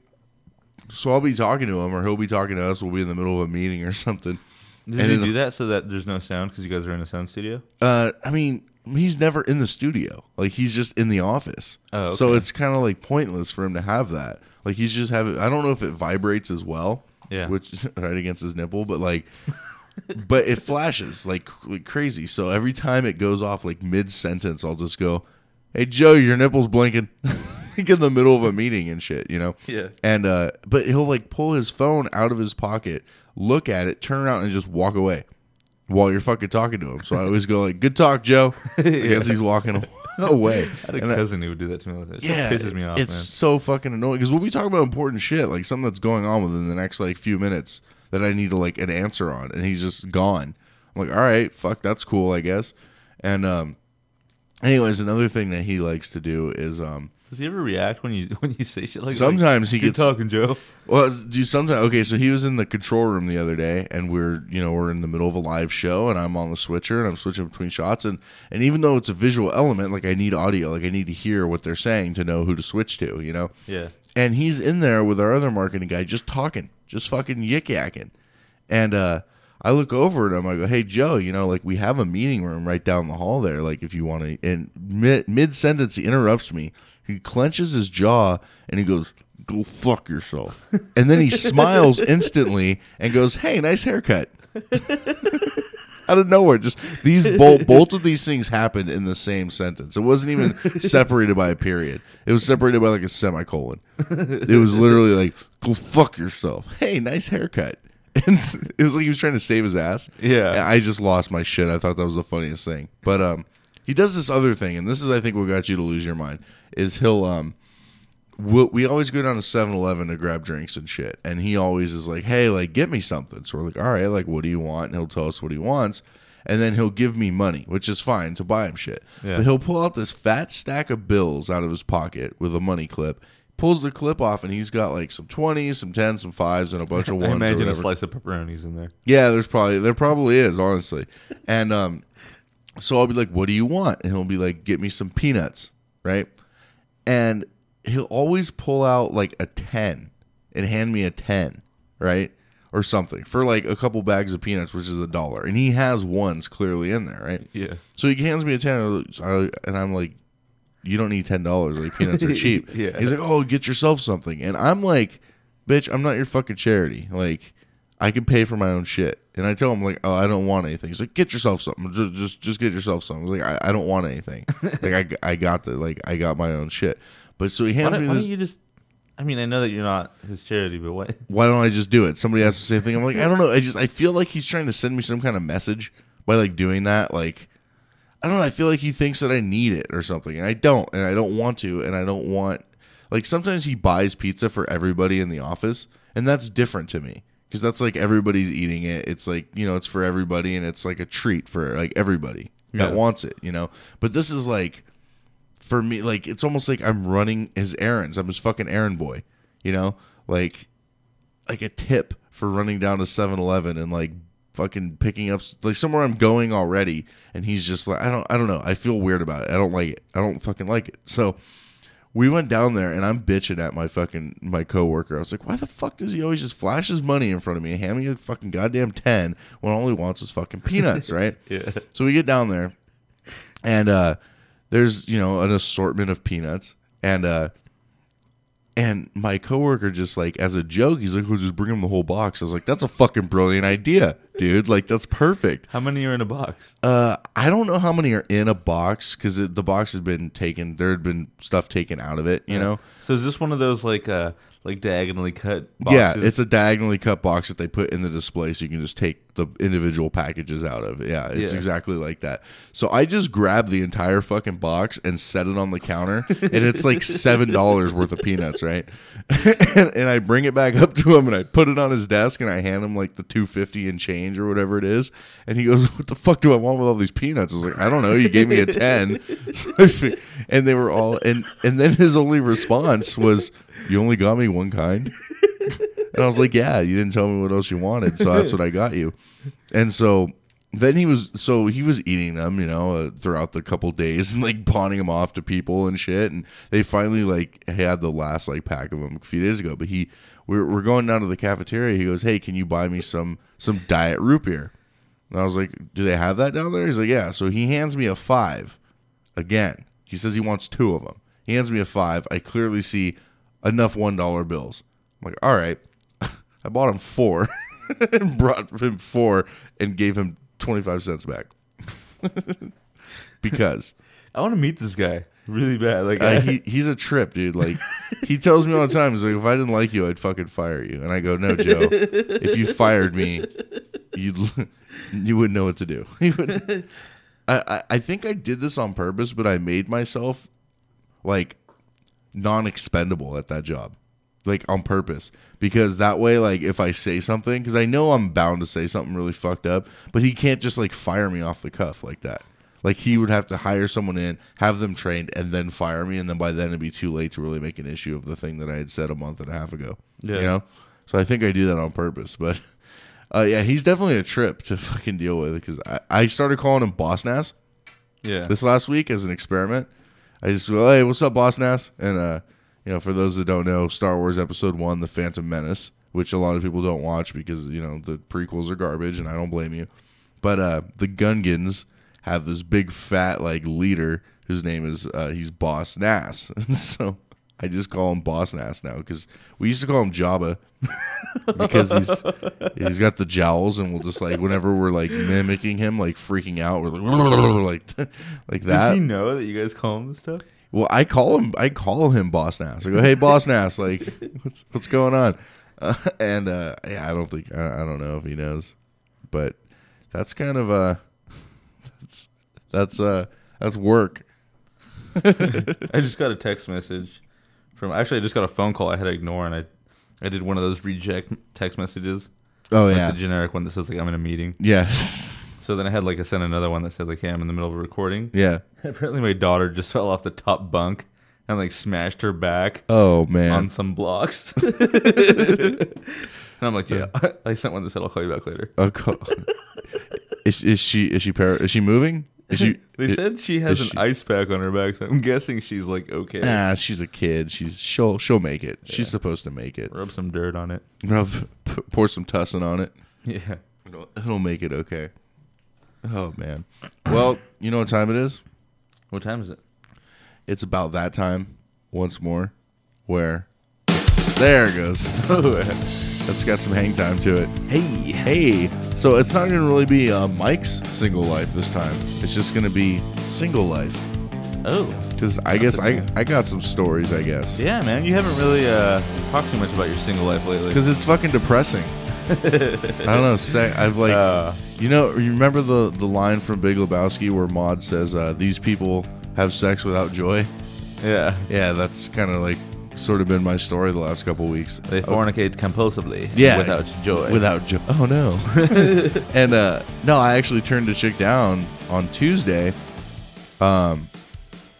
[SPEAKER 5] So I'll be talking to him, or he'll be talking to us. We'll be in the middle of a meeting or something.
[SPEAKER 6] did
[SPEAKER 5] And
[SPEAKER 6] you
[SPEAKER 5] in the-
[SPEAKER 6] do that so that there's no sound because you guys are in a sound studio?
[SPEAKER 5] Uh, I mean, he's never in the studio. Like he's just in the office.
[SPEAKER 6] Oh, okay.
[SPEAKER 5] so it's kind of like pointless for him to have that. Like he's just having. I don't know if it vibrates as well.
[SPEAKER 6] Yeah.
[SPEAKER 5] which right against his nipple, but like. but it flashes like, cr- like crazy. So every time it goes off, like mid sentence, I'll just go, "Hey Joe, your nipple's blinking." like in the middle of a meeting and shit, you know.
[SPEAKER 6] Yeah.
[SPEAKER 5] And uh, but he'll like pull his phone out of his pocket, look at it, turn around, and just walk away while you're fucking talking to him. So I always go like, "Good talk, Joe." I guess he's walking away.
[SPEAKER 6] I had a
[SPEAKER 5] And I-
[SPEAKER 6] cousin who would do that to me. Like that. It
[SPEAKER 5] yeah,
[SPEAKER 6] pisses me off,
[SPEAKER 5] It's so fucking annoying because we'll be talking about important shit, like something that's going on within the next like few minutes that I need to like an answer on, and he's just gone. I'm like, all right, fuck, that's cool, I guess. And um, anyways, another thing that he likes to do is um,
[SPEAKER 6] man. Does he ever react when you when you say shit like?
[SPEAKER 5] Sometimes he
[SPEAKER 6] like, "Good
[SPEAKER 5] gets-
[SPEAKER 6] talking, Joe.
[SPEAKER 5] Well, do you sometimes okay? So he was in the control room the other day, and we're you know we're in the middle of a live show, and I'm on the switcher, and I'm switching between shots, and and even though it's a visual element, like I need audio, like I need to hear what they're saying to know who to switch to, you know.
[SPEAKER 6] Yeah.
[SPEAKER 5] And he's in there with our other marketing guy, just talking, just fucking yik yakking, And uh, I look over at him. I go, "Hey, Joe, you know, like we have a meeting room right down the hall there. Like if you want to." And mid mid sentence, he interrupts me. He clenches his jaw and he goes, "Go fuck yourself." And then he smiles instantly and goes, "Hey, nice haircut." Out of nowhere, just these both both of these things happened in the same sentence. It wasn't even separated by a period. It was separated by like a semicolon. It was literally like, "Go fuck yourself." Hey, nice haircut. And it was like he was trying to save his ass.
[SPEAKER 6] Yeah.
[SPEAKER 5] And I just lost my shit. I thought that was the funniest thing. But um, he does this other thing, and this is I think what got you to lose your mind is he'll um, we we always go down to 7-Eleven to grab drinks and shit, and he always is like, "Hey, like get me something." So we're like, "All right, like what do you want?" And he'll tell us what he wants. And then he'll give me money, which is fine to buy him shit.
[SPEAKER 6] Yeah.
[SPEAKER 5] But he'll pull out this fat stack of bills out of his pocket with a money clip, pulls the clip off, and he's got like some 20s, some 10s, some 5s, and a bunch of
[SPEAKER 6] I
[SPEAKER 5] ones. or
[SPEAKER 6] imagine a
[SPEAKER 5] whatever.
[SPEAKER 6] slice of pepperonis in there.
[SPEAKER 5] Yeah, there's probably there probably is, honestly. And um so I'll be like, "What do you want?" And he'll be like, "Get me some peanuts." Right? And he'll always pull out like a 10 and hand me a 10, right? Or something for like a couple bags of peanuts, which is a dollar. And he has ones clearly in there, right?
[SPEAKER 6] Yeah.
[SPEAKER 5] So he hands me a 10 I- and I'm like, "You don't need $10. Like peanuts are cheap."
[SPEAKER 6] Yeah.
[SPEAKER 5] He's like, "Oh, get yourself something." And I'm like, "Bitch, I'm not your fucking charity. Like I can pay for my own shit. And I tell him like, oh, I don't want anything. He's like, get yourself something. Just just, just get yourself something. I was like, I, I don't want anything. like I, I got the like I got my own shit. But so he
[SPEAKER 6] Why
[SPEAKER 5] hands
[SPEAKER 6] don't,
[SPEAKER 5] me
[SPEAKER 6] why
[SPEAKER 5] this.
[SPEAKER 6] don't you just? I mean, I know that you're not his charity, but what?
[SPEAKER 5] why don't I just do it? Somebody asked the same thing. I'm like, I don't know. I just I feel like he's trying to send me some kind of message by like doing that. Like I don't know. I feel like he thinks that I need it or something, and I don't, and I don't want to, and I don't want. Like sometimes he buys pizza for everybody in the office, and that's different to me because that's like everybody's eating it. It's like you know, it's for everybody, and it's like a treat for like everybody that
[SPEAKER 6] Yeah.
[SPEAKER 5] wants it. You know, but this is like for me, like it's almost like I'm running his errands. I'm his fucking errand boy. You know, like like a tip for running down to 7-Eleven and like fucking picking up like somewhere I'm going already and he's just like I don't I don't know. I feel weird about it. I don't like it. I don't fucking like it. So we went down there and I'm bitching at my fucking my coworker. I was like, "Why the fuck does he always just flash his money in front of me and hand me a fucking goddamn 10 when all he wants is fucking peanuts, right?"
[SPEAKER 6] Yeah.
[SPEAKER 5] So we get down there and uh there's, you know, an assortment of peanuts and uh and my coworker just like as a joke, he's like, "Well, just bring him the whole box." I was like, "That's a fucking brilliant idea, dude! Like, that's perfect."
[SPEAKER 6] How many are in a box?
[SPEAKER 5] Uh, I don't know how many are in a box because the box had been taken. There had been stuff taken out of it, you know.
[SPEAKER 6] So is this one of those like uh like diagonally cut?
[SPEAKER 5] Yeah,
[SPEAKER 6] Boxes?
[SPEAKER 5] it's a diagonally cut box that they put in the display so you can just take the individual packages out of. Yeah, it's
[SPEAKER 6] Yeah.
[SPEAKER 5] exactly like that. So I just grabbed the entire fucking box and set it on the counter, and it's like seven dollars worth of peanuts, right? and, and I bring it back up to him and I put it on his desk and I hand him like the two fifty and change or whatever it is, and he goes, "What the fuck do I want with all these peanuts?" I was like, "I don't know. You gave me a ten, so I fi- and they were all and and then his only response was, "You only got me one kind." And I was like, "Yeah, you didn't tell me what else you wanted, so that's what I got you." And so then he was so he was eating them, you know, uh, throughout the couple days and like pawning them off to people and shit. And they finally like had the last like pack of them a few days ago. But he, we're, we're going down to the cafeteria. He goes, "Hey, can you buy me some some diet root beer?" And I was like, "Do they have that down there?" He's like, "Yeah." So he hands me a five again. He says he wants two of them. He hands me a five. I clearly see enough one dollar bills. I'm like, all right. I bought him four and brought him four and gave him twenty five cents back because
[SPEAKER 6] I want to meet this guy really bad. Like
[SPEAKER 5] uh,
[SPEAKER 6] I,
[SPEAKER 5] he, he's a trip, dude. Like he tells me all the time, he's like, if I didn't like you, I'd fucking fire you. And I go, no, Joe. If you fired me, you you wouldn't know what to do. You wouldn't- I, I I think I did this on purpose, but I made myself like non expendable at that job, like on purpose, because that way, like if I say something, because I know I'm bound to say something really fucked up, but he can't just like fire me off the cuff like that. Like he would have to hire someone in, have them trained, and then fire me, and then by then it'd be too late to really make an issue of the thing that I had said a month and a half ago.
[SPEAKER 6] Yeah.
[SPEAKER 5] You know, so I think I do that on purpose, but. Uh, yeah, he's definitely a trip to fucking deal with because I, I started calling him Boss Nass
[SPEAKER 6] yeah.
[SPEAKER 5] this last week as an experiment. I just go, hey, what's up, Boss Nass? And uh, you know, for those that don't know, Star Wars Episode One: The Phantom Menace which a lot of people don't watch because you know the prequels are garbage, and I don't blame you. But uh, the Gungans have this big fat like leader whose name is uh, he's Boss Nass, and so I just call him Boss Nass now because we used to call him Jabba because he's he's got the jowls, and we'll just like whenever we're like mimicking him, like freaking out, we're like like like that.
[SPEAKER 6] Does he know that you guys call him this stuff?
[SPEAKER 5] Well, I call him. I call him Boss Nass. I go, "Hey, Boss Nass, like, what's what's going on?" Uh, and uh, yeah, I don't think I, I don't know if he knows, but that's kind of uh, that's that's uh, that's work.
[SPEAKER 6] I just got a text message from. Actually, I just got a phone call I had to ignore, and I, I did one of those reject text messages.
[SPEAKER 5] Oh
[SPEAKER 6] like
[SPEAKER 5] yeah,
[SPEAKER 6] the generic one that says like I'm in a meeting.
[SPEAKER 5] yeah,
[SPEAKER 6] So then I had like I sent another one that said like Hey, I'm in the middle of a recording.
[SPEAKER 5] yeah.
[SPEAKER 6] Apparently, my daughter just fell off the top bunk and like smashed her back
[SPEAKER 5] Oh
[SPEAKER 6] on
[SPEAKER 5] man,
[SPEAKER 6] some blocks. and I'm like, yeah, I sent one that said I'll call you back later.
[SPEAKER 5] A Oh, co- is is she is she para- is she moving? Is she?
[SPEAKER 6] They said she has an
[SPEAKER 5] she-
[SPEAKER 6] ice pack on her back, so I'm guessing she's like okay.
[SPEAKER 5] Nah, she's a kid. She's she'll she'll make it. She's supposed to make it.
[SPEAKER 6] Rub some dirt on it.
[SPEAKER 5] Rub, p- pour some tussin on it.
[SPEAKER 6] Yeah.
[SPEAKER 5] It'll, it'll make it okay. Oh man. Well, you know what time it is?
[SPEAKER 6] What time is it?
[SPEAKER 5] It's about that time once more where there it goes. That's got some hang time to it. Hey, hey. So it's not going to really be uh, Mike's single life this time. It's just going to be single life
[SPEAKER 6] Oh,
[SPEAKER 5] because I guess I I got some stories. I guess
[SPEAKER 6] yeah, man. You haven't really uh, talked too much about your single life lately.
[SPEAKER 5] because it's fucking depressing. I don't know. Sec- I've like
[SPEAKER 6] Uh,
[SPEAKER 5] You know, you remember the the line from Big Lebowski where Maud says, uh, "These people have sex without joy."
[SPEAKER 6] yeah,
[SPEAKER 5] Yeah, that's kind of like sort of been my story the last couple weeks.
[SPEAKER 6] they fornicate compulsively.
[SPEAKER 5] Yeah,
[SPEAKER 6] without joy.
[SPEAKER 5] Without joy. Oh no. and uh, no, I actually turned a chick down on Tuesday. Um,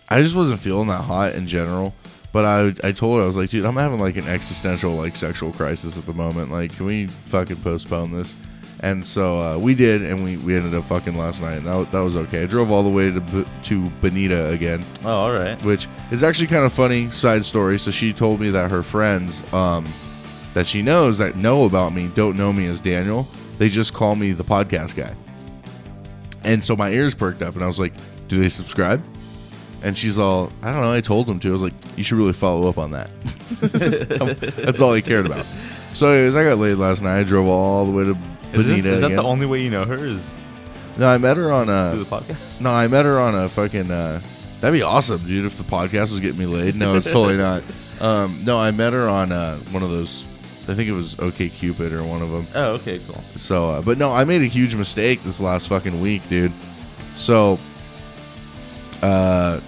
[SPEAKER 5] I just wasn't feeling that hot in general. But I, I told her I was like, dude, I'm having like an existential like sexual crisis at the moment. Like, can we fucking postpone this? And so uh, we did, and we, we ended up fucking last night, and that, wa- that was okay. I drove all the way to B- to Bonita again,
[SPEAKER 6] oh, all right.
[SPEAKER 5] which is actually kind of funny side story. So she told me that her friends um, that she knows that know about me don't know me as Daniel. They just call me the podcast guy. And so my ears perked up, and I was like, "Do they subscribe?" And she's all, "I don't know." I told them to. I was like, "You should really follow up on that." That's all I cared about. So, anyways, I got laid last night. I drove all the way to Bonita.
[SPEAKER 6] Is, this, is that
[SPEAKER 5] again.
[SPEAKER 6] the only way you know her? Is
[SPEAKER 5] no, I met her on uh,
[SPEAKER 6] through the podcast?
[SPEAKER 5] no, I met her on a fucking. Uh, that'd be awesome, dude. If the podcast was getting me laid, no, it's totally not. Um, no, I met her on uh, one of those. I think it was OK Cupid or one of them.
[SPEAKER 6] Oh, okay, cool.
[SPEAKER 5] So, uh, but no, I made a huge mistake this last fucking week, dude. So, uh,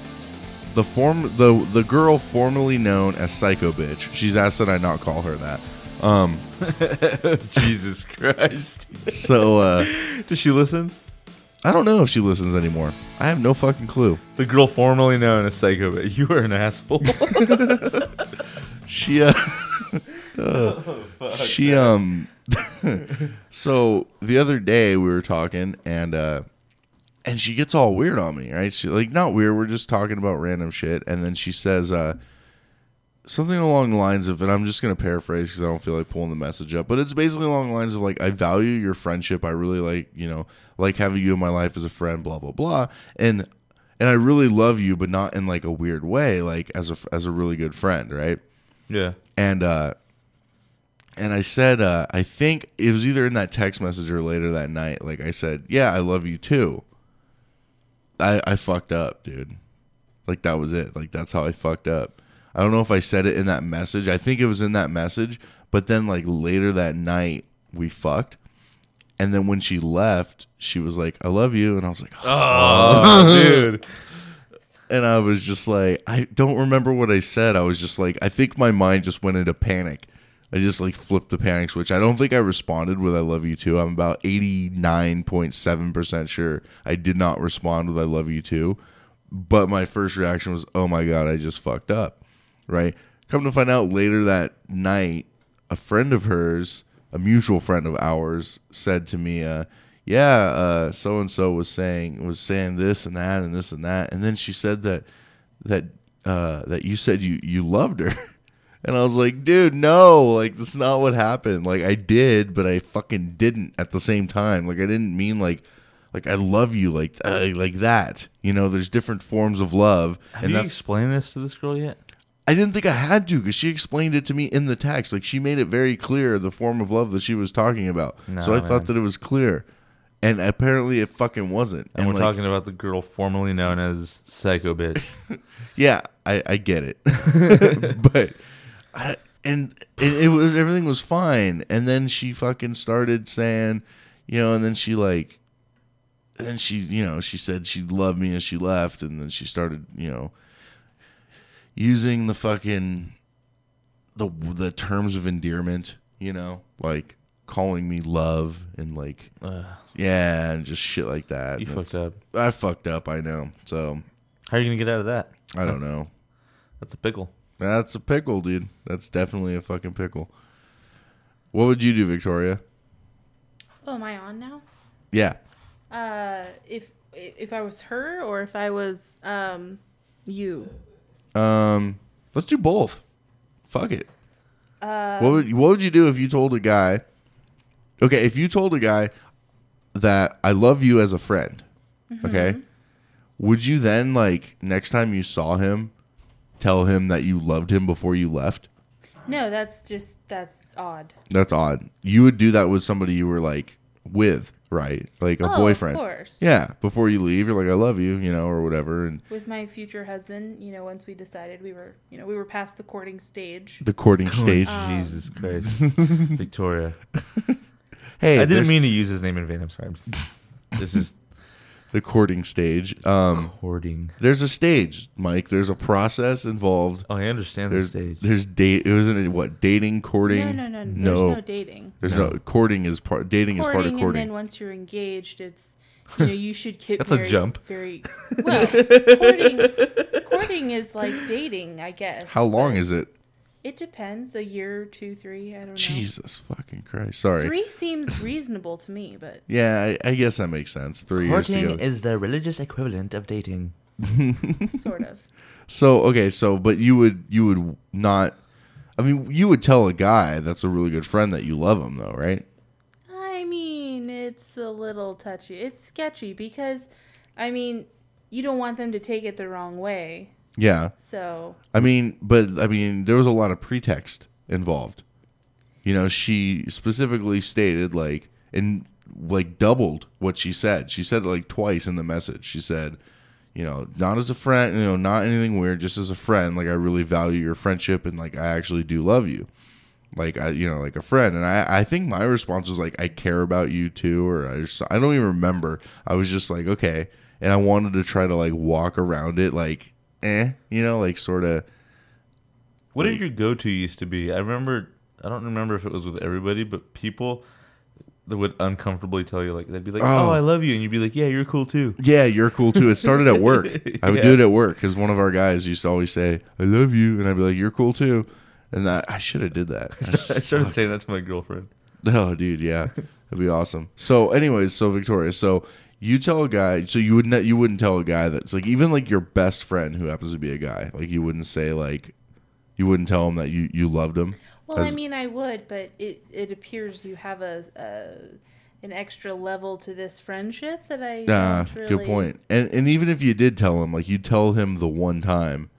[SPEAKER 5] the form the the girl formerly known as Psycho Bitch. She's asked that I not call her that. Um,
[SPEAKER 6] Jesus Christ.
[SPEAKER 5] so uh,
[SPEAKER 6] Does she listen?
[SPEAKER 5] I don't know if she listens anymore. I have no fucking clue.
[SPEAKER 6] The girl formerly known as Psycho, but you are an asshole.
[SPEAKER 5] She uh, she um so the other day we were talking and uh and she gets all weird on me, right? She like not weird, we're just talking about random shit and then she says uh something along the lines of and I'm just going to paraphrase cuz I don't feel like pulling the message up, but it's basically along the lines of like I value your friendship. I really like, you know, like having you in my life as a friend, blah blah blah. And and I really love you, but not in like a weird way, like as a as a really good friend, right?
[SPEAKER 6] yeah.
[SPEAKER 5] and uh and I said uh I think it was either in that text message or later that night like I said, "Yeah, I love you too." I I fucked up, dude. Like that was it. Like that's how I fucked up. I don't know if I said it in that message. I think it was in that message, but then like later that night we fucked. And then when she left, she was like, "I love you." And I was like,
[SPEAKER 6] Oh, dude.
[SPEAKER 5] and I was just like, I don't remember what I said. I was just like, I think my mind just went into panic. I just like flipped the panic switch. I don't think I responded with "I love you too." I'm about eighty nine point seven percent sure I did not respond with "I love you too," but my first reaction was, "Oh my god, I just fucked up." Right? Come to find out later that night, a friend of hers, a mutual friend of ours, said to me, uh, "Yeah, so and so was saying was saying this and that and this and that," and then she said that that uh, that you said you you loved her, And I was like, dude, no, like that's not what happened. Like I did, but I fucking didn't at the same time. Like I didn't mean like like I love you like uh, like that. You know, there's different forms of love.
[SPEAKER 6] Have you explained this to this girl yet?
[SPEAKER 5] I didn't think I had to because she explained it to me in the text. Like she made it very clear the form of love that she was talking about.
[SPEAKER 6] No,
[SPEAKER 5] so I
[SPEAKER 6] man.
[SPEAKER 5] thought that it was clear, and apparently it fucking wasn't.
[SPEAKER 6] And, we're
[SPEAKER 5] like,
[SPEAKER 6] talking about the girl formerly known as Psycho Bitch.
[SPEAKER 5] Yeah, I, I get it, but I, and it, it was everything was fine, and then she fucking started saying, you know, and then she like, and then she you know she said she loved me and she left, and then she started you know using the fucking the the terms of endearment, you know, like calling me love and like yeah, and just shit like that.
[SPEAKER 6] You
[SPEAKER 5] And
[SPEAKER 6] fucked
[SPEAKER 5] it's-
[SPEAKER 6] up.
[SPEAKER 5] I fucked up. I know. So
[SPEAKER 6] How are you gonna get out of that?
[SPEAKER 5] I don't know.
[SPEAKER 6] That's a pickle.
[SPEAKER 5] That's a pickle, dude. That's definitely a fucking pickle. What would you do, Victoria?
[SPEAKER 7] Oh, am I on now?
[SPEAKER 5] Yeah.
[SPEAKER 7] Uh, if if I was her or if I was um you.
[SPEAKER 5] Um, let's do both. Fuck it.
[SPEAKER 7] Uh,
[SPEAKER 5] what would what would you do if you told a guy? Okay, if you told a guy that I love you as a friend,
[SPEAKER 7] Mm-hmm.
[SPEAKER 5] okay, would you then like next time you saw him, tell him that you loved him before you left?
[SPEAKER 7] No, that's just that's odd.
[SPEAKER 5] That's odd. You would do that with somebody you were like with, right? Like a
[SPEAKER 7] Oh, of
[SPEAKER 5] boyfriend.
[SPEAKER 7] course.
[SPEAKER 5] Yeah. Before you leave, you're like, I love you, you know, or whatever. And
[SPEAKER 7] With my future husband, you know, once we decided we were, you know, we were past the courting stage.
[SPEAKER 5] the courting stage.
[SPEAKER 6] Uh, Jesus Christ, Victoria.
[SPEAKER 5] hey,
[SPEAKER 6] I didn't
[SPEAKER 5] there's
[SPEAKER 6] mean to use his name in vain. I'm sorry. I'm just, this is
[SPEAKER 5] the courting stage. Um,
[SPEAKER 6] hoarding.
[SPEAKER 5] there's a stage, Mike. There's a process involved.
[SPEAKER 6] Oh, I understand the
[SPEAKER 5] There's
[SPEAKER 6] stage.
[SPEAKER 5] there's date. It was in what dating, courting.
[SPEAKER 7] No, no, no, there's
[SPEAKER 5] no.
[SPEAKER 7] no, dating.
[SPEAKER 5] There's no. courting is part. Dating is part of
[SPEAKER 7] Courting, and
[SPEAKER 5] courting.
[SPEAKER 7] then once you're engaged, it's you know you should get
[SPEAKER 6] That's a
[SPEAKER 7] very,
[SPEAKER 6] jump.
[SPEAKER 7] Very well, courting, courting is like dating, I guess.
[SPEAKER 5] How long is it?
[SPEAKER 7] It depends. A year, two, three. I don't know.
[SPEAKER 5] Jesus fucking Christ! Sorry.
[SPEAKER 7] Three seems reasonable to me, but
[SPEAKER 5] Yeah, I, I guess that makes sense. Three years together.
[SPEAKER 6] is the religious equivalent of dating.
[SPEAKER 7] sort of.
[SPEAKER 5] So okay, so but you would you would not. I mean, you would tell a guy that's a really good friend that you love him, though, right?
[SPEAKER 7] I mean, it's a little touchy. It's sketchy because, I mean, you don't want them to take it the wrong way.
[SPEAKER 5] Yeah.
[SPEAKER 7] So
[SPEAKER 5] I mean, but I mean, there was a lot of pretext involved. You know, she specifically stated like and like doubled what she said. She said it like twice in the message. She said, you know, not as a friend, you know, not anything weird, just as a friend. Like I really value your friendship and like I actually do love you. Like I, you know, like a friend, and I, I think my response was like, I care about you too, or I, just, I don't even remember. I was just like, okay, and I wanted to try to like walk around it, like, eh, you know, like sort of,
[SPEAKER 6] What did your go-to used to be? I remember. I don't remember if it was with everybody, but people that would uncomfortably tell you like they'd be like,
[SPEAKER 5] Oh.
[SPEAKER 6] "Oh, I love you," and you'd be like, "Yeah, you're cool too."
[SPEAKER 5] Yeah, you're cool too. It started at work. I would do
[SPEAKER 6] Yeah.
[SPEAKER 5] it at work because one of our guys used to always say, "I love you," and I'd be like, "You're cool too," and I, I should have did that. I
[SPEAKER 6] I
[SPEAKER 5] just-
[SPEAKER 6] started saying that to my girlfriend.
[SPEAKER 5] oh, dude, yeah, that'd be awesome. So, anyways, so Victoria, so you tell a guy, so you wouldn't you wouldn't tell a guy that's like even like your best friend who happens to be a guy, like you wouldn't say like you wouldn't tell him that you you loved him.
[SPEAKER 7] Well, I
[SPEAKER 5] As-
[SPEAKER 7] mean, I would, but it it appears you have a, a an extra level to this friendship that I
[SPEAKER 5] Nah,
[SPEAKER 7] don't really,
[SPEAKER 5] good point. And and even if you did tell him, like you tell him the one time,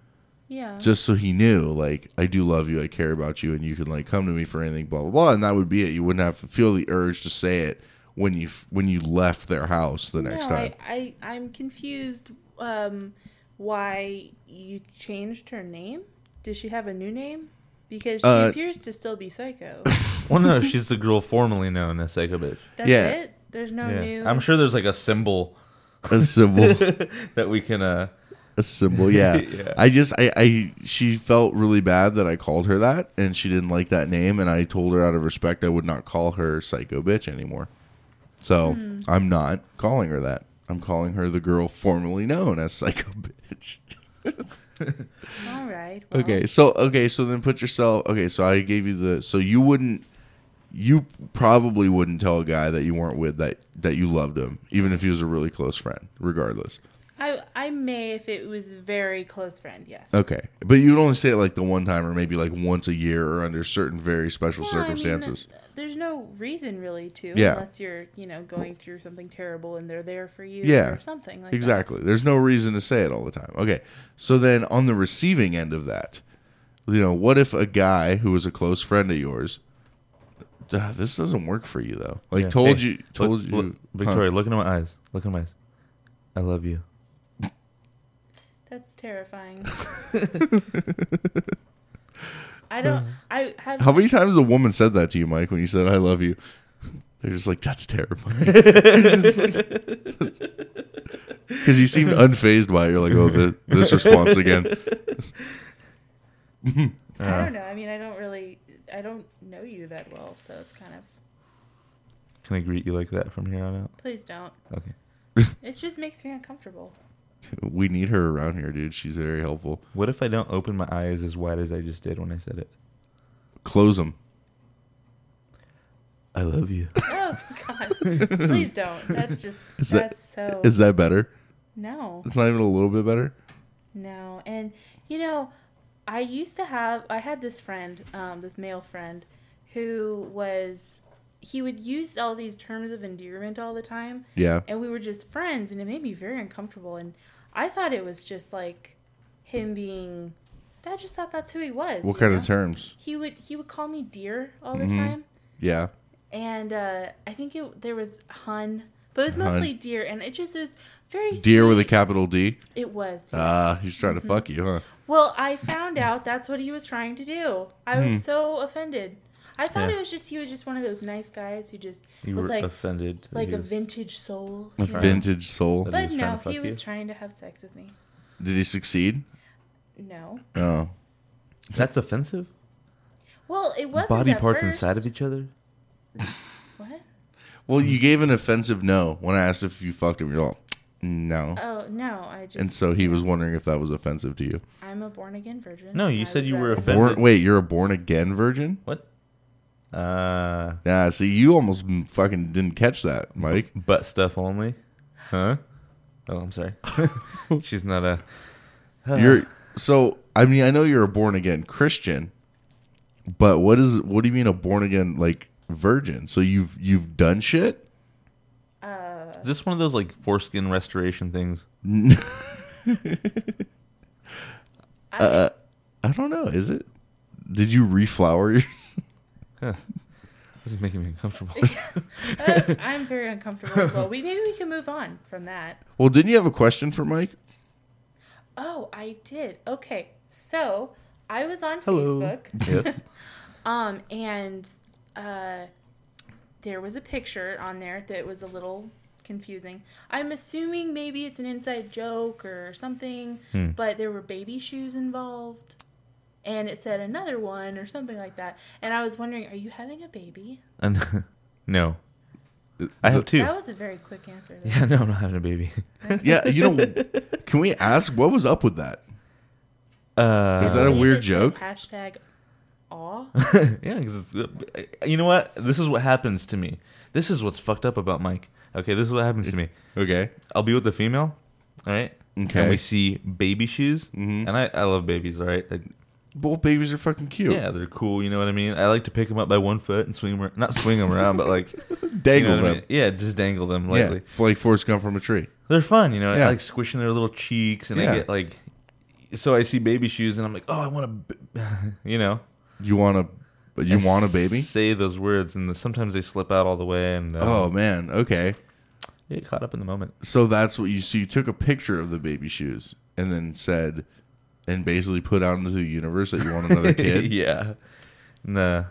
[SPEAKER 7] Yeah,
[SPEAKER 5] just so he knew, like, I do love you, I care about you, and you can like come to me for anything, blah blah blah, and that would be it. You wouldn't have to feel the urge to say it when you when you left their house the next
[SPEAKER 7] no,
[SPEAKER 5] time.
[SPEAKER 7] I, I I'm confused. Um, why you changed her name? Did she have a new name? Because she
[SPEAKER 5] Uh,
[SPEAKER 7] appears to still be psycho.
[SPEAKER 6] Well, no, she's the girl formerly known as Psycho Bitch.
[SPEAKER 7] That's
[SPEAKER 5] Yeah.
[SPEAKER 7] it. There's no Oh, new.
[SPEAKER 6] I'm sure there's like a symbol
[SPEAKER 5] a symbol,
[SPEAKER 6] that we can. uh
[SPEAKER 5] a symbol. Yeah.
[SPEAKER 6] Yeah.
[SPEAKER 5] I just I I she felt really bad that I called her that, and she didn't like that name, and I told her out of respect I would not call her psycho bitch anymore. So
[SPEAKER 7] Hmm.
[SPEAKER 5] I'm not calling her that. I'm calling her the girl formerly known as psycho bitch.
[SPEAKER 7] All right. well,
[SPEAKER 5] Okay, so okay, so then put yourself. Okay, so I gave you the. So you wouldn't. You probably wouldn't tell a guy that you weren't with that that you loved him, even if he was a really close friend. Regardless,
[SPEAKER 7] I I I may if it was very close friend. Yes.
[SPEAKER 5] Okay, but you'd only say it like the one time, or maybe like once a year, or under certain very special
[SPEAKER 7] Well, I mean,
[SPEAKER 5] circumstances.
[SPEAKER 7] th- there's no reason really to,
[SPEAKER 5] Yeah.
[SPEAKER 7] unless you're, you know, going through something terrible and they're there for you
[SPEAKER 5] Yeah.
[SPEAKER 7] or something like
[SPEAKER 5] exactly. There's no reason to say it all the time. Okay, so then on the receiving end of that, you know, what if a guy who was a close friend of yours, "Ah, this doesn't work for you though, like
[SPEAKER 6] Yeah.
[SPEAKER 5] told
[SPEAKER 6] Hey,
[SPEAKER 5] you,
[SPEAKER 6] look-
[SPEAKER 5] told you,
[SPEAKER 6] look-
[SPEAKER 5] huh?
[SPEAKER 6] Victoria, look into my eyes. Look in my eyes. I love you.
[SPEAKER 7] that. That's terrifying. I don't. I have.
[SPEAKER 5] How many times a woman said that to you, Mike, when you said "I love you"? They're just like, "That's terrifying," because you seemed unfazed by it. You're like, "Oh, the, this response again."
[SPEAKER 7] I
[SPEAKER 6] Uh,
[SPEAKER 7] don't know. I mean, I don't really. I don't know you that well, so it's kind of.
[SPEAKER 6] can I greet you like that from here on out?
[SPEAKER 7] Please don't.
[SPEAKER 6] Okay.
[SPEAKER 7] It just makes me uncomfortable.
[SPEAKER 5] We need her around here, dude. She's very helpful.
[SPEAKER 6] What if I don't open my eyes as wide as I just did when I said it?
[SPEAKER 5] Close them.
[SPEAKER 6] I love you.
[SPEAKER 7] Oh God! Please don't. That's just.
[SPEAKER 5] Is that-
[SPEAKER 7] that's so.
[SPEAKER 5] Is that better?
[SPEAKER 7] no.
[SPEAKER 5] It's not even a little bit better.
[SPEAKER 7] No, and you know, I used to have I had this friend, um, this male friend, who was he would use all these terms of endearment all the time,
[SPEAKER 5] Yeah.
[SPEAKER 7] and we were just friends, and it made me very uncomfortable. And I thought it was just like him being. I just thought that's who he was.
[SPEAKER 5] What
[SPEAKER 7] you
[SPEAKER 5] kind
[SPEAKER 7] know?
[SPEAKER 5] of Mm-hmm. terms?
[SPEAKER 7] He would he would call me dear all the time,
[SPEAKER 5] Yeah.
[SPEAKER 7] and uh, I think it there was hun, but it was mostly dear, and it just was very
[SPEAKER 5] Deer with a
[SPEAKER 7] sweet.
[SPEAKER 5] capital D.
[SPEAKER 7] It was.
[SPEAKER 5] Ah, he's trying to fuck you, huh?
[SPEAKER 7] Well, I found out that's what he was trying to do. I was so offended. I thought
[SPEAKER 6] Hmm. Yeah.
[SPEAKER 7] it was just he was just one of those nice guys who just
[SPEAKER 6] You
[SPEAKER 7] was
[SPEAKER 6] were
[SPEAKER 7] like
[SPEAKER 6] offended. that
[SPEAKER 7] like
[SPEAKER 6] he
[SPEAKER 7] a
[SPEAKER 6] was-
[SPEAKER 7] vintage soul.
[SPEAKER 5] A
[SPEAKER 7] you know?
[SPEAKER 5] vintage soul.
[SPEAKER 6] that he
[SPEAKER 7] But
[SPEAKER 6] was trying
[SPEAKER 7] no,
[SPEAKER 6] to fuck
[SPEAKER 7] he was
[SPEAKER 6] you?
[SPEAKER 7] trying to have sex with me.
[SPEAKER 5] Did he succeed?
[SPEAKER 7] No.
[SPEAKER 5] Oh.
[SPEAKER 6] That's offensive.
[SPEAKER 7] Well, it wasn't
[SPEAKER 6] Body
[SPEAKER 7] at
[SPEAKER 6] parts
[SPEAKER 7] first.
[SPEAKER 6] inside of each other.
[SPEAKER 7] What?
[SPEAKER 5] Well, you gave an offensive no when I asked if you fucked him. You're all, no.
[SPEAKER 7] Oh no, I just
[SPEAKER 5] And so he was wondering if that was offensive to you.
[SPEAKER 7] I'm a born again virgin.
[SPEAKER 6] No, you
[SPEAKER 7] I
[SPEAKER 6] said
[SPEAKER 7] would
[SPEAKER 6] you were
[SPEAKER 7] rather-
[SPEAKER 6] offended.
[SPEAKER 5] Born- wait, you're a born again virgin?
[SPEAKER 6] What? Uh,
[SPEAKER 5] Nah, see, you almost m- fucking didn't catch that, Mike.
[SPEAKER 6] butt stuff only, huh? Oh, I'm sorry. She's not a.
[SPEAKER 5] You're
[SPEAKER 6] Uh-huh.
[SPEAKER 5] so. I mean, I know you're a born again Christian, but what is? What do you mean a born again like virgin? So you've you've done shit?
[SPEAKER 6] Is this one of those like foreskin restoration things?
[SPEAKER 5] I don't know. Is it? Did you reflower? Your,
[SPEAKER 6] This is making me uncomfortable.
[SPEAKER 7] Uh, I'm very uncomfortable as well. We maybe we can move on from that.
[SPEAKER 5] well, didn't you have a question for Mike?
[SPEAKER 7] Oh, I did. Okay, so I was on Facebook.
[SPEAKER 6] yes.
[SPEAKER 7] Um, and uh, there was a picture on there that was a little confusing. I'm assuming maybe it's an inside joke or something,
[SPEAKER 5] Hmm.
[SPEAKER 7] but there were baby shoes involved. And it said another one or something like that. And I was wondering, are you having a baby?
[SPEAKER 6] And, no. I have two.
[SPEAKER 7] That was a very quick answer. though.
[SPEAKER 6] Yeah, no, I'm not having a baby.
[SPEAKER 5] Yeah, you know. can we ask what was up with that?
[SPEAKER 6] Uh,
[SPEAKER 5] Was that a
[SPEAKER 7] Maybe
[SPEAKER 5] weird
[SPEAKER 7] it said
[SPEAKER 5] joke?
[SPEAKER 7] Hashtag aw.
[SPEAKER 6] yeah, because you know what? This is what happens to me. This is what's fucked up about Mike. Okay, this is what happens to me.
[SPEAKER 5] Okay.
[SPEAKER 6] I'll be with the female, all right?
[SPEAKER 5] Okay.
[SPEAKER 6] And we see baby shoes, and I, I love babies, all right? I,
[SPEAKER 5] Both babies are fucking cute.
[SPEAKER 6] yeah, they're cool. You know what I mean? I like to pick them up by one foot and swing them, not swing them around, but like you know
[SPEAKER 5] Dangle
[SPEAKER 6] what I
[SPEAKER 5] them.
[SPEAKER 6] mean? Yeah, just dangle them
[SPEAKER 5] Yeah.
[SPEAKER 6] lightly.
[SPEAKER 5] f- Like Forrest Gump from a tree.
[SPEAKER 6] They're fun, you know.
[SPEAKER 5] Yeah.
[SPEAKER 6] I like squishing their little cheeks, and
[SPEAKER 5] Yeah.
[SPEAKER 6] I get like, so I see baby shoes, and I'm like, oh, I want to, you know.
[SPEAKER 5] You want a? You
[SPEAKER 6] I
[SPEAKER 5] want a baby?
[SPEAKER 6] Say those words, and sometimes they slip out all the way, and uh,
[SPEAKER 5] Oh man. Okay.
[SPEAKER 6] you get caught up in the moment.
[SPEAKER 5] So that's what you so you took a picture of the baby shoes and then said and basically put out into the universe that you want another kid.
[SPEAKER 6] yeah, nah.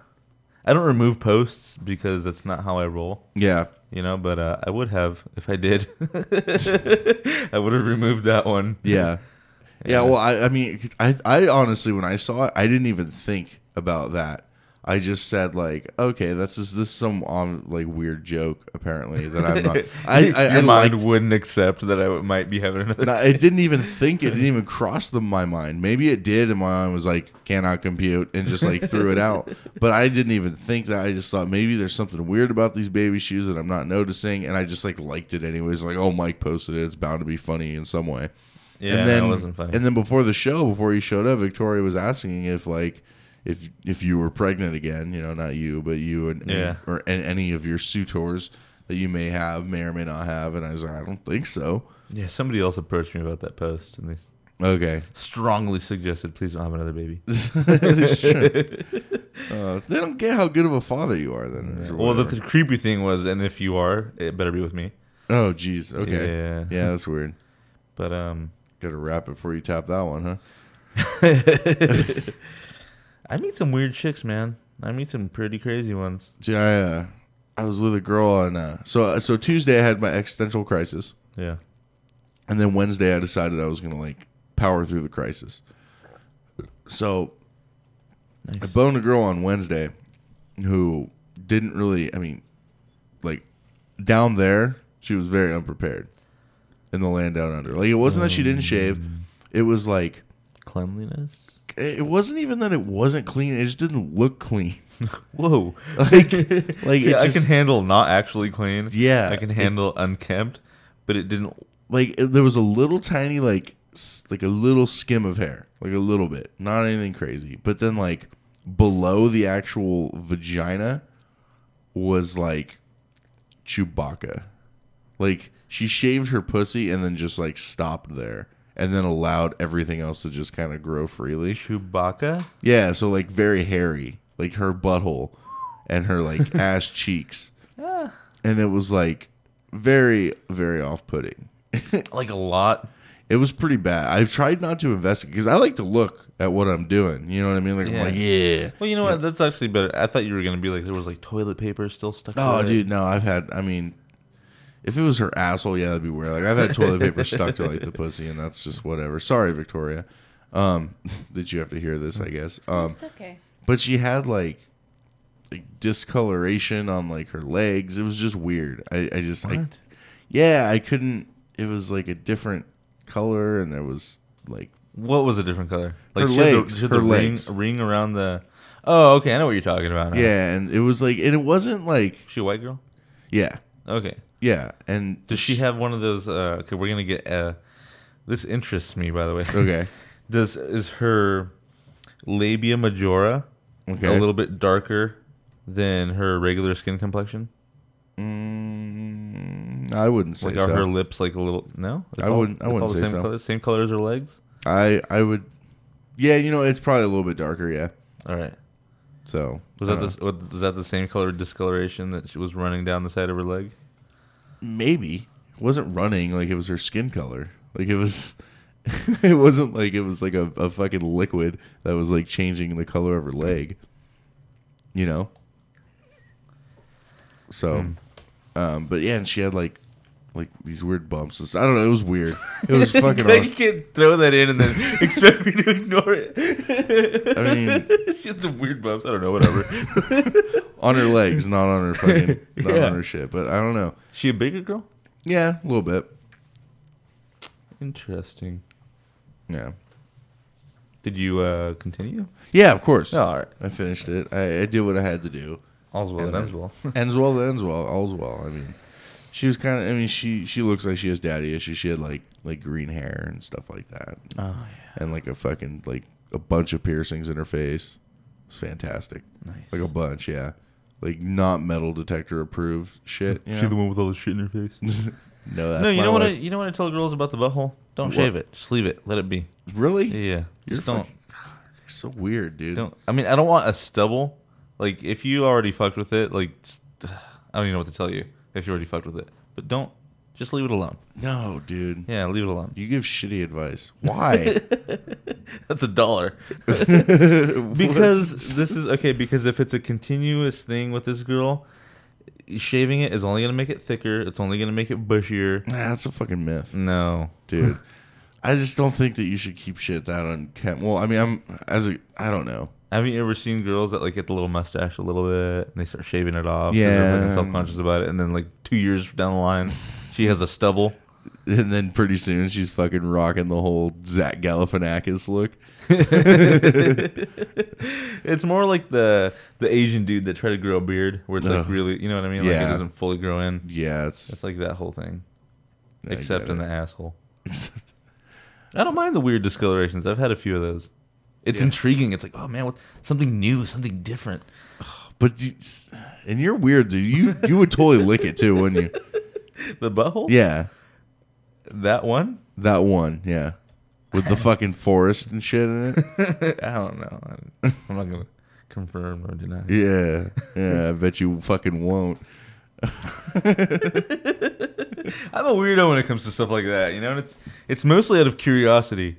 [SPEAKER 6] I don't remove posts because that's not how I roll,
[SPEAKER 5] yeah.
[SPEAKER 6] you know. But uh, I would have if I did. I would have removed that one.
[SPEAKER 5] Yeah. Yeah, well I I mean I I honestly when I saw it I didn't even think about that. I just said like, okay, that's just this is some um, like weird joke apparently that I'm not. I I, I
[SPEAKER 6] Your mind
[SPEAKER 5] liked,
[SPEAKER 6] wouldn't accept that I w- might be having another.
[SPEAKER 5] no, it didn't even think it didn't even cross the, my mind. Maybe it did, and my mind was like cannot compute and just like threw it out. But I didn't even think that. I just thought maybe there's something weird about these baby shoes that I'm not noticing, and I just like liked it anyways. Like oh, Mike posted it. It's bound to be funny in some way.
[SPEAKER 6] Yeah,
[SPEAKER 5] and then,
[SPEAKER 6] that wasn't funny.
[SPEAKER 5] And then before the show, before you showed up, Victoria was asking if like if if you were pregnant again, you know, not you, but you and, and-
[SPEAKER 6] Yeah.
[SPEAKER 5] or and any of your suitors that you may have, may or may not have. And I was like, I don't think so.
[SPEAKER 6] yeah, somebody else approached me about that post, and they
[SPEAKER 5] Okay,
[SPEAKER 6] strongly suggested, "Please don't have another baby."
[SPEAKER 5] It's true. Uh, they don't get how good of a father you are. Then, or
[SPEAKER 6] Well, the,
[SPEAKER 5] whatever.
[SPEAKER 6] the creepy thing was, and if you are, it better be with me.
[SPEAKER 5] oh, geez, okay,
[SPEAKER 6] Yeah.
[SPEAKER 5] yeah, that's weird.
[SPEAKER 6] But um,
[SPEAKER 5] Got to wrap before you tap that one, huh?
[SPEAKER 6] I meet some weird chicks, man. I meet some pretty crazy ones.
[SPEAKER 5] Gee, I, uh, I was with a girl on uh, so so Tuesday I had my existential crisis,
[SPEAKER 6] Yeah.
[SPEAKER 5] and then Wednesday I decided I was gonna like power through the crisis. So I
[SPEAKER 6] Nice.
[SPEAKER 5] boned a girl on Wednesday who didn't really, I mean, like down there she was very unprepared in the land down under. Like it wasn't that she didn't shave, it was like
[SPEAKER 6] Cleanliness.
[SPEAKER 5] it it wasn't even that it wasn't clean. It just didn't look clean.
[SPEAKER 6] Whoa.
[SPEAKER 5] Like, like
[SPEAKER 6] See,
[SPEAKER 5] it
[SPEAKER 6] I
[SPEAKER 5] just-
[SPEAKER 6] can handle not actually clean.
[SPEAKER 5] Yeah.
[SPEAKER 6] I can handle unkempt, but it didn't.
[SPEAKER 5] like it- there was a little tiny like s- like a little skim of hair like a little bit not anything crazy but then like below the actual vagina was like chewbacca like she shaved her pussy and then just like stopped there and then allowed everything else to just kind of grow freely
[SPEAKER 6] Chewbacca.
[SPEAKER 5] yeah so like very hairy like her butthole and her like ass cheeks and it was like very very off-putting
[SPEAKER 6] Like a lot.
[SPEAKER 5] it was pretty bad. I've tried not to investigate because I like to look at what I'm doing. You know what I mean? Like,
[SPEAKER 6] Yeah.
[SPEAKER 5] I'm like, yeah.
[SPEAKER 6] Well, you know what? That's actually better. I thought you were gonna be like there was like toilet paper still stuck.
[SPEAKER 5] Oh,
[SPEAKER 6] to it.
[SPEAKER 5] dude, no. I've had. I mean, if it was her asshole, yeah, that'd be weird. Like, I've had toilet paper stuck to like the pussy, and that's just whatever. Sorry, Victoria. Um, that you have to hear this, I guess. Um,
[SPEAKER 7] It's okay.
[SPEAKER 5] but she had like, like discoloration on like her legs. It was just weird. I, I just like,
[SPEAKER 6] What?
[SPEAKER 5] yeah, I couldn't. It was like a different color, and there was like
[SPEAKER 6] What was a different color? Like
[SPEAKER 5] Her
[SPEAKER 6] she had the-
[SPEAKER 5] legs,
[SPEAKER 6] she had
[SPEAKER 5] her
[SPEAKER 6] the ring-
[SPEAKER 5] legs.
[SPEAKER 6] Ring, around the. Oh, okay. I know what you're talking about. Now.
[SPEAKER 5] Yeah, and it was like, and it wasn't like,
[SPEAKER 6] She a white girl.
[SPEAKER 5] yeah,
[SPEAKER 6] Okay.
[SPEAKER 5] yeah, and
[SPEAKER 6] Does she have one of those? Uh, okay, we're gonna get. Uh, this interests me, by the way.
[SPEAKER 5] Okay,
[SPEAKER 6] Does is her labia majora
[SPEAKER 5] okay,
[SPEAKER 6] a little bit darker than her regular skin complexion?
[SPEAKER 5] Mm, I wouldn't say
[SPEAKER 6] Like are
[SPEAKER 5] so.
[SPEAKER 6] her lips like a little no? It's
[SPEAKER 5] I wouldn't- I
[SPEAKER 6] it's
[SPEAKER 5] wouldn't
[SPEAKER 6] the
[SPEAKER 5] say
[SPEAKER 6] same
[SPEAKER 5] so.
[SPEAKER 6] Color, same color as her legs.
[SPEAKER 5] I I would. Yeah, you know, it's probably a little bit darker. Yeah,
[SPEAKER 6] All right.
[SPEAKER 5] so
[SPEAKER 6] Was
[SPEAKER 5] I
[SPEAKER 6] that
[SPEAKER 5] don't
[SPEAKER 6] this? Was was that the same color discoloration that she was running down the side of her leg?
[SPEAKER 5] know. maybe it wasn't running like it was her skin color. Like it was, it wasn't like it was like a, a fucking liquid that was like changing the color of her leg. You know. So,
[SPEAKER 6] Hmm.
[SPEAKER 5] um, but yeah, and she had like. Like these weird bumps. and stuff. I don't know. It was weird. It was fucking.
[SPEAKER 6] Like,
[SPEAKER 5] awesome.
[SPEAKER 6] you can't throw that in and then expect me to ignore it.
[SPEAKER 5] I mean,
[SPEAKER 6] she had some weird bumps. I don't know. Whatever.
[SPEAKER 5] on her legs, not on her fucking, not
[SPEAKER 6] Yeah.
[SPEAKER 5] on her shit. But I don't know.
[SPEAKER 6] she a bigger girl?
[SPEAKER 5] Yeah, a little bit.
[SPEAKER 6] Interesting.
[SPEAKER 5] Yeah,
[SPEAKER 6] Did you uh, continue?
[SPEAKER 5] yeah, of course.
[SPEAKER 6] Oh, all right.
[SPEAKER 5] I finished it. I, I did what I had to do.
[SPEAKER 6] All's well
[SPEAKER 5] And
[SPEAKER 6] that ends
[SPEAKER 5] then-
[SPEAKER 6] well.
[SPEAKER 5] Ends well, that ends well. All's well. I mean, she was kind of. I mean, she she looks like she has daddy issues. She had like like green hair and stuff like that,
[SPEAKER 6] oh,
[SPEAKER 5] and like a fucking like a bunch of piercings in her face. It's fantastic.
[SPEAKER 6] Nice.
[SPEAKER 5] Like a bunch, yeah. Like not metal detector approved shit. You
[SPEAKER 6] She the
[SPEAKER 5] know?
[SPEAKER 6] one with all the shit in her face.
[SPEAKER 5] No, that's
[SPEAKER 6] no, you
[SPEAKER 5] my
[SPEAKER 6] know what? I,
[SPEAKER 5] wife.
[SPEAKER 6] you know what I tell girls about the butthole? Don't shave it. Just leave it. Let it be.
[SPEAKER 5] really?
[SPEAKER 6] Yeah.
[SPEAKER 5] You're
[SPEAKER 6] just don't.
[SPEAKER 5] fucking- So weird, dude.
[SPEAKER 6] Don't. I mean, I don't want a stubble. Like, if you already fucked with it, like, just, I don't even know what to tell you. If you already fucked with it, but don't. Just leave it alone.
[SPEAKER 5] No, dude.
[SPEAKER 6] Yeah, leave it alone.
[SPEAKER 5] You give shitty advice. Why?
[SPEAKER 6] That's a dollar. because this is okay. Because if it's a continuous thing with this girl, shaving it is only gonna make it thicker. It's only gonna make it bushier.
[SPEAKER 5] Nah, that's a fucking myth,
[SPEAKER 6] No.
[SPEAKER 5] dude. I just don't think that you should keep shit that unkempt. Well, I mean, I'm as a I don't know.
[SPEAKER 6] Haven't you ever seen girls that like get the little mustache a little bit and they start shaving it off? 'cause
[SPEAKER 5] Yeah.
[SPEAKER 6] they're fucking self conscious about it, and then like two years down the line, she has a stubble.
[SPEAKER 5] And then pretty soon she's fucking rocking the whole Zach Galifianakis look.
[SPEAKER 6] It's more like the the Asian dude that tried to grow a beard, where it's like
[SPEAKER 5] Ugh.
[SPEAKER 6] really, you know what I mean? Like
[SPEAKER 5] Yeah.
[SPEAKER 6] it doesn't fully grow in.
[SPEAKER 5] Yeah, it's
[SPEAKER 6] It's like that whole thing,
[SPEAKER 5] I
[SPEAKER 6] except
[SPEAKER 5] get
[SPEAKER 6] in
[SPEAKER 5] it.
[SPEAKER 6] the asshole. I don't mind the weird discolorations. I've had a few of those. It's
[SPEAKER 5] Yeah.
[SPEAKER 6] intriguing. It's like, oh man, what, something new, something different.
[SPEAKER 5] But you, and you're weird, dude. You you would totally lick it too, wouldn't you?
[SPEAKER 6] The butthole?
[SPEAKER 5] Yeah,
[SPEAKER 6] That one?
[SPEAKER 5] that one. Yeah, with the fucking forest and shit in it.
[SPEAKER 6] I don't know. I'm I'm not going to confirm or deny.
[SPEAKER 5] Yeah, yeah. I bet you fucking won't.
[SPEAKER 6] I'm a weirdo when it comes to stuff like that, you know? And it's it's mostly out of curiosity,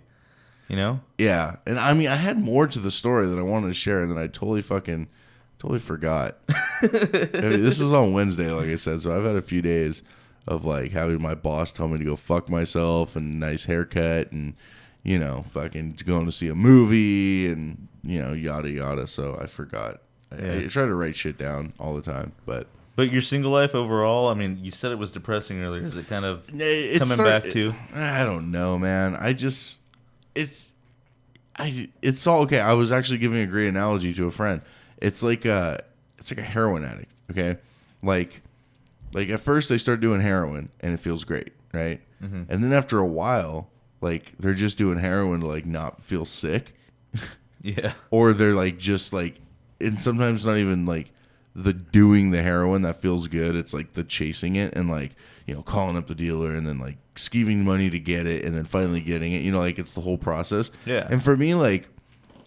[SPEAKER 6] you know?
[SPEAKER 5] Yeah, and I mean, I had more to the story that I wanted to share, and then I totally fucking totally forgot. I mean, this is on Wednesday, like I said, so I've had a few days of like having my boss tell me to go fuck myself and nice haircut and you know fucking going to see a movie and you know yada yada. So I forgot. I, I
[SPEAKER 6] Yeah.
[SPEAKER 5] try to write shit down all the time, but
[SPEAKER 6] But your single life overall, I mean, you said it was depressing earlier. Is it kind of
[SPEAKER 5] it's
[SPEAKER 6] coming back to?
[SPEAKER 5] I don't know, man. I just it's I it's all okay. I was actually giving a great analogy to a friend. It's like a it's like a heroin addict. Okay, like like at first they start doing heroin and it feels great, right?
[SPEAKER 6] Mm-hmm.
[SPEAKER 5] And then after a while, like they're just doing heroin to like not feel sick,
[SPEAKER 6] Yeah.
[SPEAKER 5] or they're like just like and sometimes not even like the doing the heroin that feels good it's like the chasing it and like you know calling up the dealer and then like skeeving money to get it and then finally getting it you know like it's the whole process
[SPEAKER 6] Yeah.
[SPEAKER 5] and for me like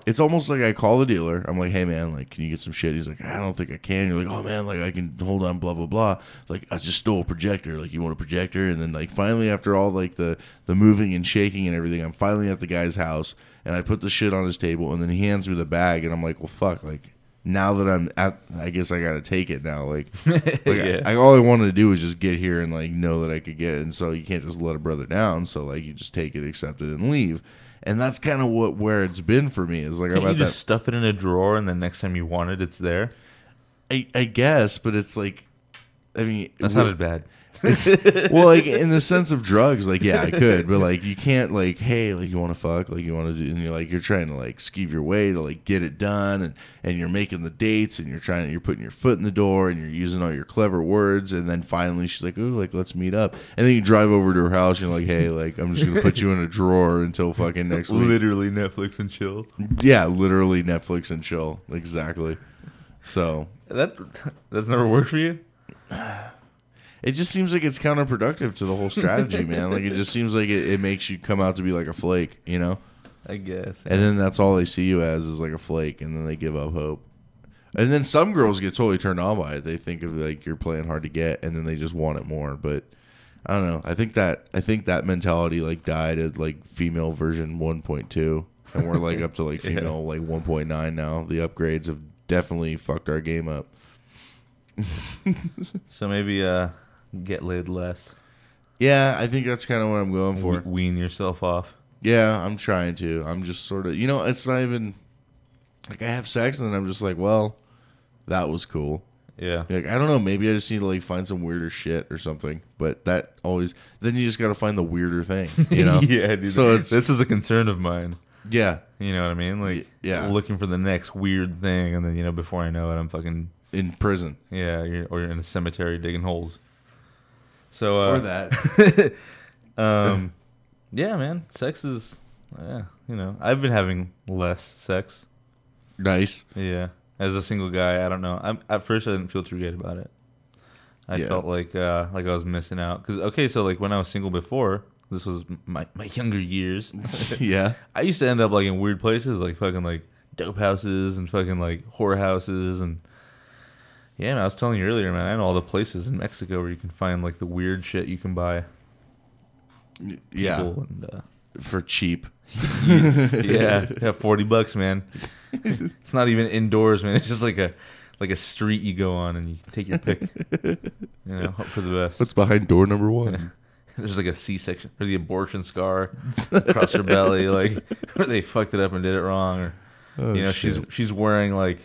[SPEAKER 5] it's almost like I call the dealer. I'm like, "Hey man, like, can you get some shit?" He's like, "I don't think I can." You're like, "Oh man, like, I can hold on, blah blah blah." Like, I just stole a projector. Like, you want a projector? And then like, finally, after all like the the moving and shaking and everything, I'm finally at the guy's house, and I put the shit on his table, and then he hands me the bag, and I'm like, "Well, fuck!" Like, now that I'm at, I guess I gotta take it now. Like, like
[SPEAKER 6] Yeah.
[SPEAKER 5] I, I, all I wanted to do was just get here and like know that I could get it. And so you can't just let a brother down. So like you just take it, accept it, and leave. And that's kind of what where it's been for me is like
[SPEAKER 6] Can't
[SPEAKER 5] I'm
[SPEAKER 6] you
[SPEAKER 5] at
[SPEAKER 6] just stuff it in a drawer and the next time you want it, it's there?
[SPEAKER 5] that. I, I guess, but it's like, I mean,
[SPEAKER 6] That's
[SPEAKER 5] wh-
[SPEAKER 6] not bad.
[SPEAKER 5] well, like in the sense of drugs, like yeah, I could, but like you can't, like hey, like you want to fuck, like you want to do, and you're like you're trying to like skeeve your way to like get it done, and and you're making the dates, and you're trying, you're putting your foot in the door, and you're using all your clever words, and then finally she's like, ooh, like let's meet up, and then you drive over to her house, and you're like, hey, like I'm just gonna put you in a drawer until fucking next week.
[SPEAKER 6] Literally Netflix and chill.
[SPEAKER 5] Yeah, literally Netflix and chill, exactly. So
[SPEAKER 6] That that's never worked for you?
[SPEAKER 5] It just seems like it's counterproductive to the whole strategy, man. Like it just seems like it, it makes you come out to be like a flake, you know.
[SPEAKER 6] I guess.
[SPEAKER 5] And then that's all they see you as is like a flake, and then they give up hope. And then some girls get totally turned on by it. They think of like you're playing hard to get, and then they just want it more. But I don't know. I think that I think that mentality like died at like female version 1.2, and we're like up to like
[SPEAKER 6] Yeah.
[SPEAKER 5] female like 1.9 now. The upgrades have definitely fucked our game up.
[SPEAKER 6] So maybe uh get laid less.
[SPEAKER 5] Yeah, I think that's kind of what I'm going for.
[SPEAKER 6] We- wean yourself off.
[SPEAKER 5] Yeah, I'm trying to. I'm just sort of, you know, it's not even like I have sex and then I'm just like, well, that was cool.
[SPEAKER 6] Yeah.
[SPEAKER 5] Like I don't know, maybe I just need to like find some weirder shit or something. But that always, then you just got to find the weirder thing, you know?
[SPEAKER 6] yeah, dude.
[SPEAKER 5] So it's
[SPEAKER 6] this is a concern of mine.
[SPEAKER 5] yeah,
[SPEAKER 6] You know what I mean? Like,
[SPEAKER 5] yeah.
[SPEAKER 6] looking for the next weird thing, and then you know, before I know it, I'm fucking
[SPEAKER 5] in prison
[SPEAKER 6] yeah, you're, or you're in a cemetery digging holes. So uh,
[SPEAKER 5] or that.
[SPEAKER 6] um, yeah, man, sex is, yeah, you know, I've been having less sex.
[SPEAKER 5] nice.
[SPEAKER 6] Yeah, as a single guy, I don't know. I'm, at first, I didn't feel too good about it. I
[SPEAKER 5] Yeah.
[SPEAKER 6] felt like uh, like I was missing out because okay, so like when I was single before, this was my my younger years.
[SPEAKER 5] yeah.
[SPEAKER 6] I used to end up like in weird places, like fucking like dope houses and fucking like whore houses and yeah. Man, I was telling you earlier, man. I know all the places in Mexico where you can find like the weird shit you can buy.
[SPEAKER 5] Yeah.
[SPEAKER 6] People and, uh,
[SPEAKER 5] For cheap.
[SPEAKER 6] yeah, yeah, forty bucks, man. it's not even indoors, man. It's just like a like a street you go on and you take your pick. you know, hope for the best.
[SPEAKER 5] What's behind door number one?
[SPEAKER 6] There's like a C-section or the abortion scar across her belly, like where they fucked it up and did it wrong, or you know she's she's wearing like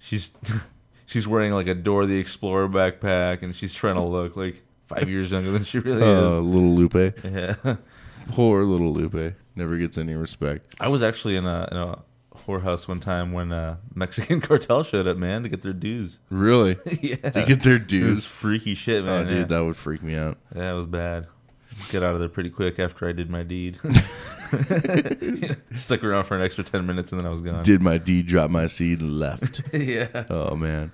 [SPEAKER 6] she's she's wearing like a Dora the Explorer backpack and she's trying to look like five years younger than she really
[SPEAKER 5] Uh, little Lupe.
[SPEAKER 6] is. Yeah,
[SPEAKER 5] Poor little Lupe. Never gets any respect.
[SPEAKER 6] I was actually in a in a whorehouse one time when uh, Mexican cartel showed up, man, to get their dues.
[SPEAKER 5] Really?
[SPEAKER 6] yeah,
[SPEAKER 5] They get their
[SPEAKER 6] it was
[SPEAKER 5] dues.
[SPEAKER 6] freaky shit,
[SPEAKER 5] Oh,
[SPEAKER 6] man.
[SPEAKER 5] dude,
[SPEAKER 6] yeah.
[SPEAKER 5] that would freak me out.
[SPEAKER 6] yeah, it was bad. get out of there pretty quick after I did my deed. Stuck around for an extra ten minutes and then I was gone.
[SPEAKER 5] Did my deed, drop my seed, and left.
[SPEAKER 6] yeah,
[SPEAKER 5] oh man.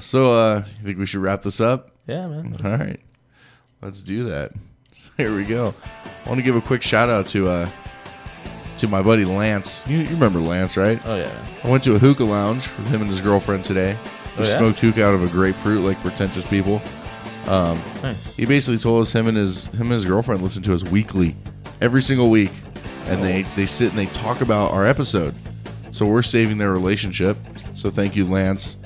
[SPEAKER 5] So uh, you think we should wrap this up?
[SPEAKER 6] yeah, man.
[SPEAKER 5] All right, let's do that. Here we go. I want to give a quick shout out to uh, to my buddy Lance. You, you remember Lance, right?
[SPEAKER 6] Oh yeah,
[SPEAKER 5] I went to a hookah lounge with him and his girlfriend today. We
[SPEAKER 6] Oh, yeah?
[SPEAKER 5] smoked hookah out of a grapefruit, like pretentious people.
[SPEAKER 6] nice.
[SPEAKER 5] He basically told us him and his him and his girlfriend listen to us weekly, every single week, and they
[SPEAKER 6] Oh.
[SPEAKER 5] they sit and they talk about our episode. So we're saving their relationship. So thank you, Lance.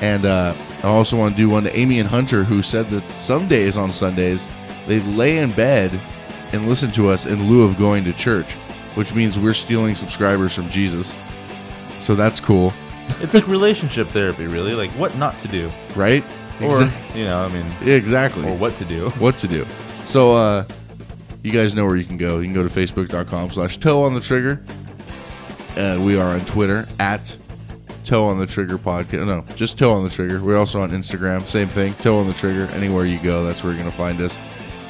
[SPEAKER 5] And uh, I also want to do one to Amy and Hunter, who said that some days on Sundays they lay in bed and listen to us in lieu of going to church, which means we're stealing subscribers from Jesus. So that's cool,
[SPEAKER 6] It's like relationship therapy, really. Like what not to do,
[SPEAKER 5] right?
[SPEAKER 6] or you know, I mean,
[SPEAKER 5] Exa- exactly.
[SPEAKER 6] or what to do.
[SPEAKER 5] what to do. So uh you guys know where you can go. You can go to facebook.com slash toe on the trigger. Uh, we are on Twitter at toe on the trigger podcast. No, just toe on the trigger. We're also on Instagram. Same thing, toe on the trigger. Anywhere you go, that's where you're going to find us.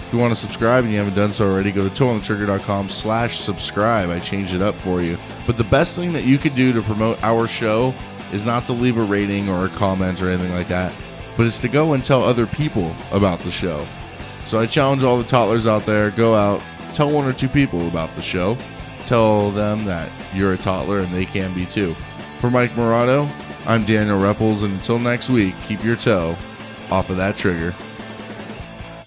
[SPEAKER 5] If you want to subscribe and you haven't done so already, go to toeonthetrigger.com slash subscribe. I changed it up for you. But the best thing that you could do to promote our show is not to leave a rating or a comment or anything like that, but it's to go and tell other people about the show. So I challenge all the toddlers out there go out, tell one or two people about the show. Tell them that you're a toddler and they can be too. For Mike Morado, I'm Daniel Repples, and until next week, keep your toe off of that trigger.